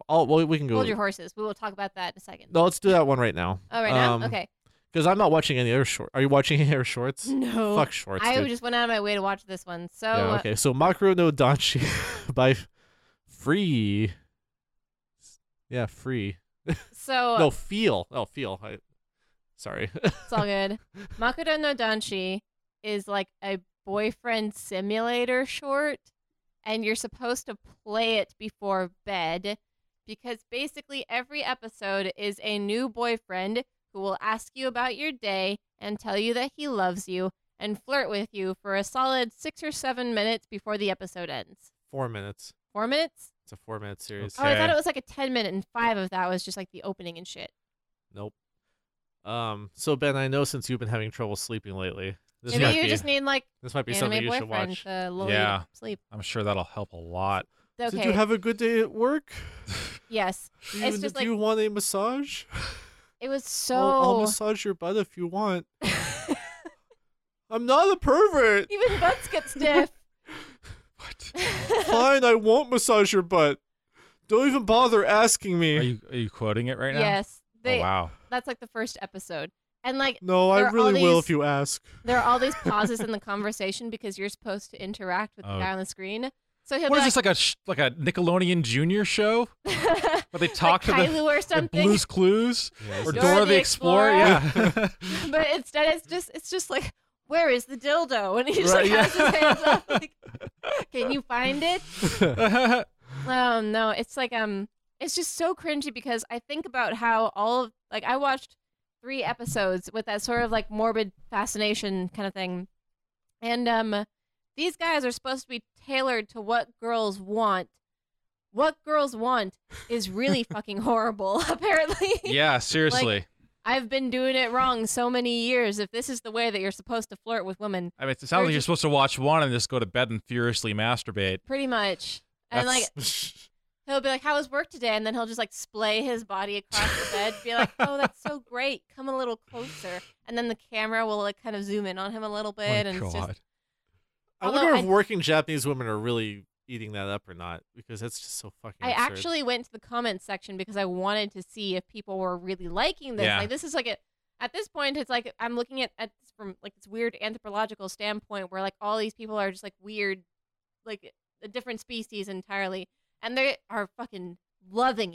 [SPEAKER 7] oh well we can go
[SPEAKER 3] Hold your horses. We will talk about that in a second.
[SPEAKER 7] no let's do that one right now
[SPEAKER 3] Oh, right now.
[SPEAKER 7] Um,
[SPEAKER 3] okay.
[SPEAKER 7] Because I'm not watching any other short. Are you watching any other shorts?
[SPEAKER 3] No.
[SPEAKER 7] Fuck shorts.
[SPEAKER 3] I
[SPEAKER 7] dude.
[SPEAKER 3] just went out of my way to watch this one. So
[SPEAKER 7] yeah,
[SPEAKER 3] uh,
[SPEAKER 7] okay. So Makro no Danshi by Free. Yeah, free.
[SPEAKER 3] so
[SPEAKER 7] no, feel. Oh, feel. I, sorry.
[SPEAKER 3] it's all good. Makoto no Danshi is like a boyfriend simulator short, and you're supposed to play it before bed because basically every episode is a new boyfriend who will ask you about your day and tell you that he loves you and flirt with you for a solid six or seven minutes before the episode ends.
[SPEAKER 7] four minutes.
[SPEAKER 3] Four minutes?
[SPEAKER 7] It's a four minute series.
[SPEAKER 3] Oh, I thought
[SPEAKER 5] Okay.
[SPEAKER 3] it was like a 10 minute, and five of that was just like the opening and shit.
[SPEAKER 7] Nope. Um. So Ben, I know since you've been having trouble sleeping lately, this
[SPEAKER 3] Maybe
[SPEAKER 7] might
[SPEAKER 3] you
[SPEAKER 7] be
[SPEAKER 3] just need like
[SPEAKER 7] this might be something
[SPEAKER 3] anime
[SPEAKER 7] you should
[SPEAKER 3] boyfriend
[SPEAKER 7] watch.
[SPEAKER 3] to lull you
[SPEAKER 5] Yeah.
[SPEAKER 3] to sleep.
[SPEAKER 5] I'm sure that'll help a lot.
[SPEAKER 3] Okay.
[SPEAKER 7] Did you have a good day at work?
[SPEAKER 3] yes.
[SPEAKER 7] Do you,
[SPEAKER 3] It's just
[SPEAKER 7] do
[SPEAKER 3] like-
[SPEAKER 7] you want a massage?
[SPEAKER 3] It was so.
[SPEAKER 7] I'll, I'll massage your butt if you want. I'm not a pervert.
[SPEAKER 3] Even butts get stiff.
[SPEAKER 7] Fine, I won't massage your butt. Don't even bother asking me.
[SPEAKER 5] Are you are you quoting it right now?
[SPEAKER 3] yes. They,
[SPEAKER 5] oh wow.
[SPEAKER 3] That's like the first episode. And like,
[SPEAKER 7] no, I
[SPEAKER 3] There are all
[SPEAKER 7] really will
[SPEAKER 3] these-
[SPEAKER 7] if you ask.
[SPEAKER 3] there are all these pauses in the conversation because you're supposed to interact with the
[SPEAKER 5] Oh.
[SPEAKER 3] guy on the screen. So he'll
[SPEAKER 5] What is
[SPEAKER 3] be
[SPEAKER 5] this like a sh- like a Nickelodeon Junior show?
[SPEAKER 3] like,
[SPEAKER 5] Where they talk
[SPEAKER 3] like
[SPEAKER 5] to
[SPEAKER 3] Kylo or
[SPEAKER 5] the, the
[SPEAKER 3] something.
[SPEAKER 5] Blue's Clues or
[SPEAKER 3] Dora
[SPEAKER 5] Dora
[SPEAKER 3] the
[SPEAKER 5] the Explorer? Yeah.
[SPEAKER 3] but instead it's just it's just like where is the dildo and he just
[SPEAKER 5] Right,
[SPEAKER 3] like has
[SPEAKER 5] yeah.
[SPEAKER 3] his hands up like can you find it oh no it's like um it's just so cringy because i think about how all of like i watched three episodes with that sort of like morbid fascination kind of thing and um these guys are supposed to be tailored to what girls want what girls want is really fucking horrible apparently
[SPEAKER 5] yeah, seriously.
[SPEAKER 3] I've been doing it wrong so many years. If this is the way that you're supposed to flirt with women,
[SPEAKER 5] I mean, it sounds
[SPEAKER 3] They're
[SPEAKER 5] like you're
[SPEAKER 3] just-
[SPEAKER 5] supposed to watch one and just go to bed and furiously masturbate.
[SPEAKER 3] pretty much. And like he'll be like, "How was work today?" And then he'll just like splay his body across the bed, be like, "Oh, that's so great. Come a little closer." And then the camera will like kind of zoom in on him a little bit, and it's just
[SPEAKER 7] I
[SPEAKER 3] Although
[SPEAKER 7] wonder if
[SPEAKER 3] I-
[SPEAKER 7] working Japanese women are really eating that up or not because that's just so fucking.
[SPEAKER 3] I
[SPEAKER 7] absurd.
[SPEAKER 3] actually went to the comments section because I wanted to see if people were really liking this.
[SPEAKER 5] Yeah.
[SPEAKER 3] Like this is like a, at this point it's like I'm looking at, at this from like this weird anthropological standpoint where like all these people are just like weird, like a different species entirely, and they are fucking loving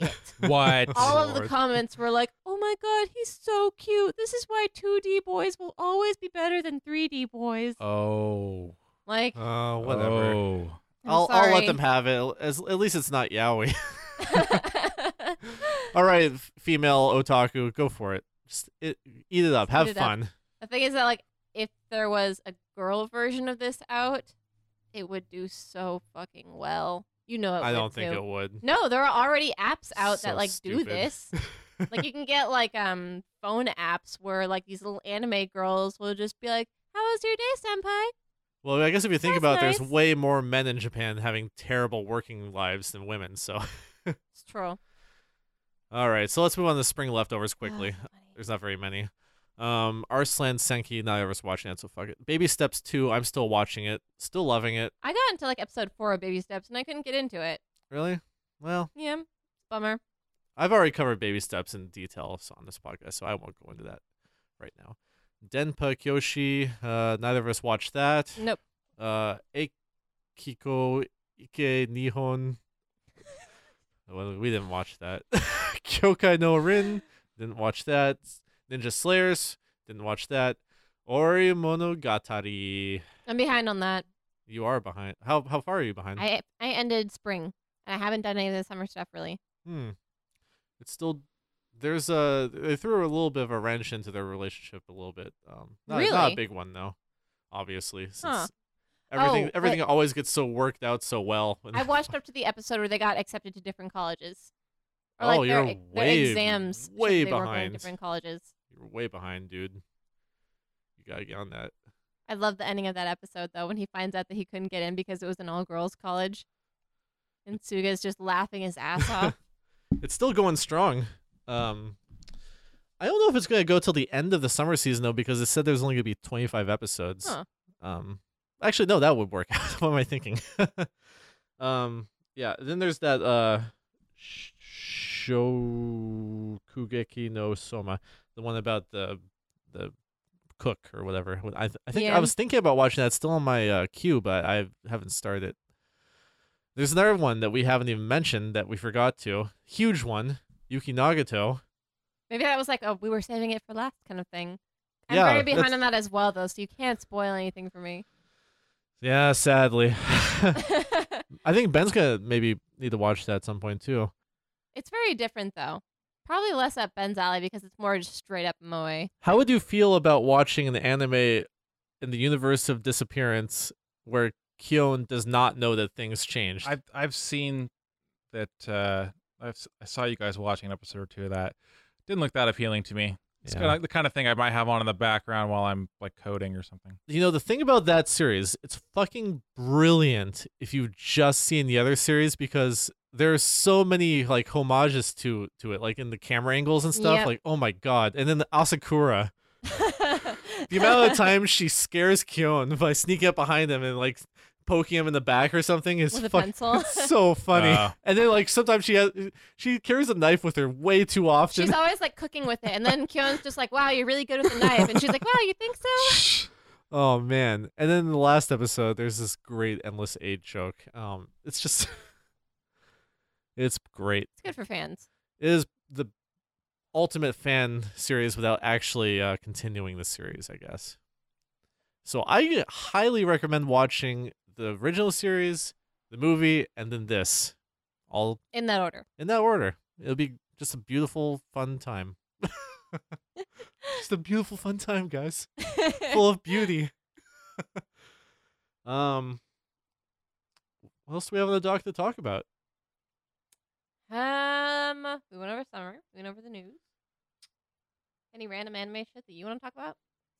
[SPEAKER 3] it.
[SPEAKER 5] what?
[SPEAKER 3] All of the
[SPEAKER 7] Lord.
[SPEAKER 3] comments were like, "Oh my god, he's so cute. This is why 2D boys will always be better than 3D boys."
[SPEAKER 5] oh.
[SPEAKER 3] Like,
[SPEAKER 7] Uh, whatever.
[SPEAKER 5] Oh.
[SPEAKER 3] I'm
[SPEAKER 7] I'll I'll let
[SPEAKER 3] sorry.
[SPEAKER 7] them have it. As at least it's not yaoi. All right, f- female otaku, go for it. Just it, eat it up.
[SPEAKER 3] Just eat
[SPEAKER 7] Have
[SPEAKER 3] it up.
[SPEAKER 7] fun.
[SPEAKER 3] The thing is that like if there was a girl version of this out, it would do so fucking well. You know it
[SPEAKER 7] I
[SPEAKER 3] would
[SPEAKER 7] don't think
[SPEAKER 3] Oh, too.
[SPEAKER 7] it would.
[SPEAKER 3] No, there are already apps out
[SPEAKER 7] So
[SPEAKER 3] that like
[SPEAKER 7] stupid.
[SPEAKER 3] do this. like you can get like um phone apps where like these little anime girls will just be like, "How was your day, senpai?"
[SPEAKER 7] Well, I guess if you think
[SPEAKER 3] That's
[SPEAKER 7] about it,
[SPEAKER 3] nice.
[SPEAKER 7] there's way more men in Japan having terrible working lives than women. So,
[SPEAKER 3] It's true.
[SPEAKER 7] all right, so let's move on to spring leftovers quickly. There's not very many. Um, Arslan Senki, neither of us watching it, so fuck it. Baby Steps 2, I'm still watching it, still loving it.
[SPEAKER 3] I got into like episode four of Baby Steps and I couldn't get into it.
[SPEAKER 7] Really? Well,
[SPEAKER 3] Yeah, bummer.
[SPEAKER 7] I've already covered Baby Steps in detail so on this podcast, so I won't go into that right now. Denpa Kyoshi, uh, neither of us watched that.
[SPEAKER 3] Nope.
[SPEAKER 7] uh, Ekiko Ike Nihon. Well, we didn't watch that. Kyokai no Rin didn't watch that. Ninja Slayers didn't watch that. Ori Monogatari.
[SPEAKER 3] I'm behind on that.
[SPEAKER 7] You are behind. How how far are you behind?
[SPEAKER 3] I I ended spring and I haven't done any of the summer stuff really.
[SPEAKER 7] Hmm. It's still there's a they threw a little bit of a wrench into their relationship a little bit. Um, not, not
[SPEAKER 3] Really?
[SPEAKER 7] a big one though, obviously. Since
[SPEAKER 3] Huh.
[SPEAKER 7] Everything
[SPEAKER 3] Oh,
[SPEAKER 7] everything always gets so worked out so well. when-
[SPEAKER 3] I watched up to the episode where they got accepted to different colleges.
[SPEAKER 7] Oh,
[SPEAKER 3] Or like their,
[SPEAKER 7] you're
[SPEAKER 3] e- their
[SPEAKER 7] way-
[SPEAKER 3] exams. showed
[SPEAKER 7] way
[SPEAKER 3] they were going to
[SPEAKER 7] behind.
[SPEAKER 3] different colleges.
[SPEAKER 7] You're way behind, dude. You gotta get on that.
[SPEAKER 3] I love the ending of that episode though when he finds out that he couldn't get in because it was an all girls college. And Suga's just laughing his ass off.
[SPEAKER 7] It's still going strong. Um, I don't know if it's gonna go till the end of the summer season though, because it said there's only gonna be 25 episodes.
[SPEAKER 3] Huh.
[SPEAKER 7] Um, actually, no, that would work out. what am I thinking? um, yeah. Then there's that uh, Sh- Shokugeki no Soma, the one about the the cook or whatever. What- I th- I think I
[SPEAKER 3] Yeah.
[SPEAKER 7] was thinking about watching that. It's still on my uh, queue, but I haven't started. There's another one that we haven't even mentioned that we forgot to. Huge one, Yuki Nagato.
[SPEAKER 3] Maybe that was like a we were saving it for last kind of thing. I'm
[SPEAKER 7] Yeah,
[SPEAKER 3] very behind
[SPEAKER 7] that's-
[SPEAKER 3] on that as well though, so you can't spoil anything for me.
[SPEAKER 7] Yeah, sadly. I think Ben's gonna maybe need to watch that at some point too.
[SPEAKER 3] It's very different though. Probably less up Ben's alley because it's more just straight up moe.
[SPEAKER 7] How would you feel about watching an anime in the universe of disappearance where Kyon does not know that things changed?
[SPEAKER 5] I've I've seen that. Uh, I've s- I saw you guys watching an episode or two of that. Didn't look that appealing to me. It's
[SPEAKER 7] Yeah.
[SPEAKER 5] kind of the kind of thing I might have on in the background while I'm like coding or something.
[SPEAKER 7] you know the thing about that series it's fucking brilliant if you've just seen the other series because there's so many like homages to to it like in the camera angles and stuff
[SPEAKER 3] Yep.
[SPEAKER 7] like oh my god and then the asakura the amount of time she scares Kyon by sneaking up behind him and like poking him in the back or something is
[SPEAKER 3] With a
[SPEAKER 7] fuck-
[SPEAKER 3] pencil.
[SPEAKER 7] it's so funny
[SPEAKER 5] Wow.
[SPEAKER 7] and then like sometimes she has she carries a knife with her way too often
[SPEAKER 3] She's always like cooking with it, and then Kyon's just like, "Wow, you're really good with a knife," and she's like, "Wow, you think so?"
[SPEAKER 7] Oh man. And then in the last episode there's this great endless aid joke. Um it's just it's great.
[SPEAKER 3] It's good for fans.
[SPEAKER 7] It is the ultimate fan series without actually uh, continuing the series, I guess. So I highly recommend watching the original series, the movie, and then this. All
[SPEAKER 3] In that order.
[SPEAKER 7] in that order. It'll be just a beautiful fun time. just a beautiful fun time, guys full of beauty. um, what else do we have on the dock to talk about?
[SPEAKER 3] um, we went over summer. We went over the news. Any random anime shit that you want to talk about?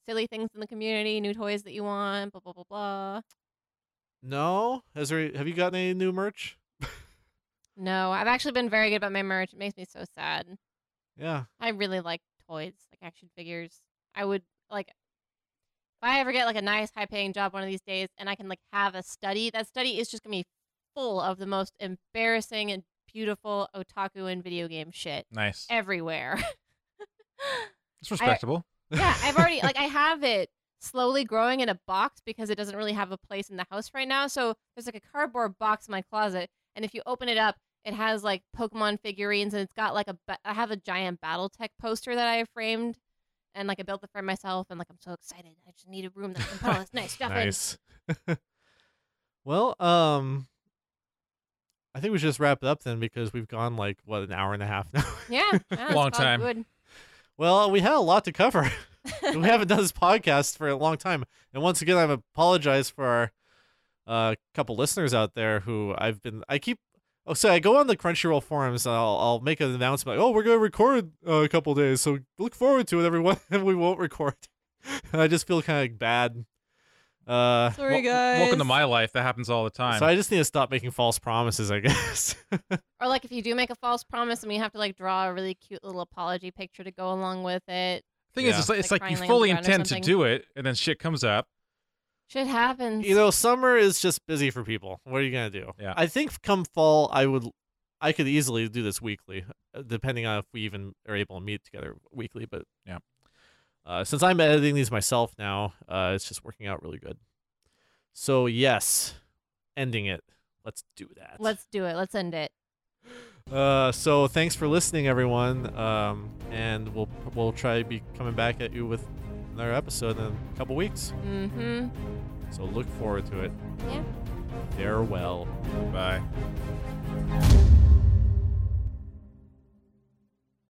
[SPEAKER 3] Silly things in the community, new toys that you want, blah blah blah blah.
[SPEAKER 7] No, has there? Have you gotten any new merch?
[SPEAKER 3] No, I've actually been very good about my merch. It makes me so sad.
[SPEAKER 7] Yeah,
[SPEAKER 3] I really like toys, like action figures. I would like if I ever get like a nice high paying job one of these days and I can like have a study, that study is just gonna be full of the most embarrassing and beautiful otaku and video game shit
[SPEAKER 5] Nice.
[SPEAKER 3] everywhere.
[SPEAKER 5] It's respectable.
[SPEAKER 3] yeah, I've already like I have it slowly growing in a box because it doesn't really have a place in the house right now. So there's like a cardboard box in my closet, and if you open it up, it has like Pokemon figurines, and it's got like a ba- I have a giant BattleTech poster that I framed, and like I built it for myself, and like I'm so excited. I just need a room that I can put all this nice stuff in.
[SPEAKER 7] nice. well, um, I think we should just wrap it up then because we've gone like what an hour and a half now.
[SPEAKER 3] Yeah, yeah, it's
[SPEAKER 5] Long
[SPEAKER 3] felt
[SPEAKER 5] time.
[SPEAKER 3] good.
[SPEAKER 7] well, we had a lot to cover. we haven't done this podcast for a long time. And once again, I apologize for our uh, couple listeners out there who I've been. I keep. Oh, so I go on the Crunchyroll forums. And I'll I'll make an announcement. Like, oh, we're gonna record uh, a couple days, so look forward to it, everyone. and we won't record. and I just feel kind of bad. Uh,
[SPEAKER 3] Sorry,
[SPEAKER 5] Wel-
[SPEAKER 3] guys.
[SPEAKER 5] Welcome to my life. That happens all the time.
[SPEAKER 7] so I just need to stop making false promises, I guess.
[SPEAKER 3] Or like if you do make a false promise and you have to like draw a really cute little apology picture to go along with it.
[SPEAKER 5] thing
[SPEAKER 7] Yeah.
[SPEAKER 5] is, it's like, it's
[SPEAKER 3] Like
[SPEAKER 5] like, you
[SPEAKER 3] crying
[SPEAKER 5] fully
[SPEAKER 3] on the ground or
[SPEAKER 5] intend to
[SPEAKER 3] something.
[SPEAKER 5] do it, and then shit comes up.
[SPEAKER 3] Shit happens.
[SPEAKER 7] you know, summer is just busy for people. What are you gonna do?
[SPEAKER 5] Yeah.
[SPEAKER 7] I think come fall, I would, I could easily do this weekly, uh, depending on if we even are able to meet together weekly. But
[SPEAKER 5] Yeah.
[SPEAKER 7] uh, since I'm editing these myself now, uh, it's just working out really good. So yes, ending it. Let's do that.
[SPEAKER 3] Let's do it. Let's end it.
[SPEAKER 7] Uh, so thanks for listening, everyone. Um, and we'll we'll try to be coming back at you with another episode in a couple weeks.
[SPEAKER 3] Mm-hmm.
[SPEAKER 7] So look forward to it.
[SPEAKER 3] Yeah.
[SPEAKER 7] Farewell.
[SPEAKER 5] Bye.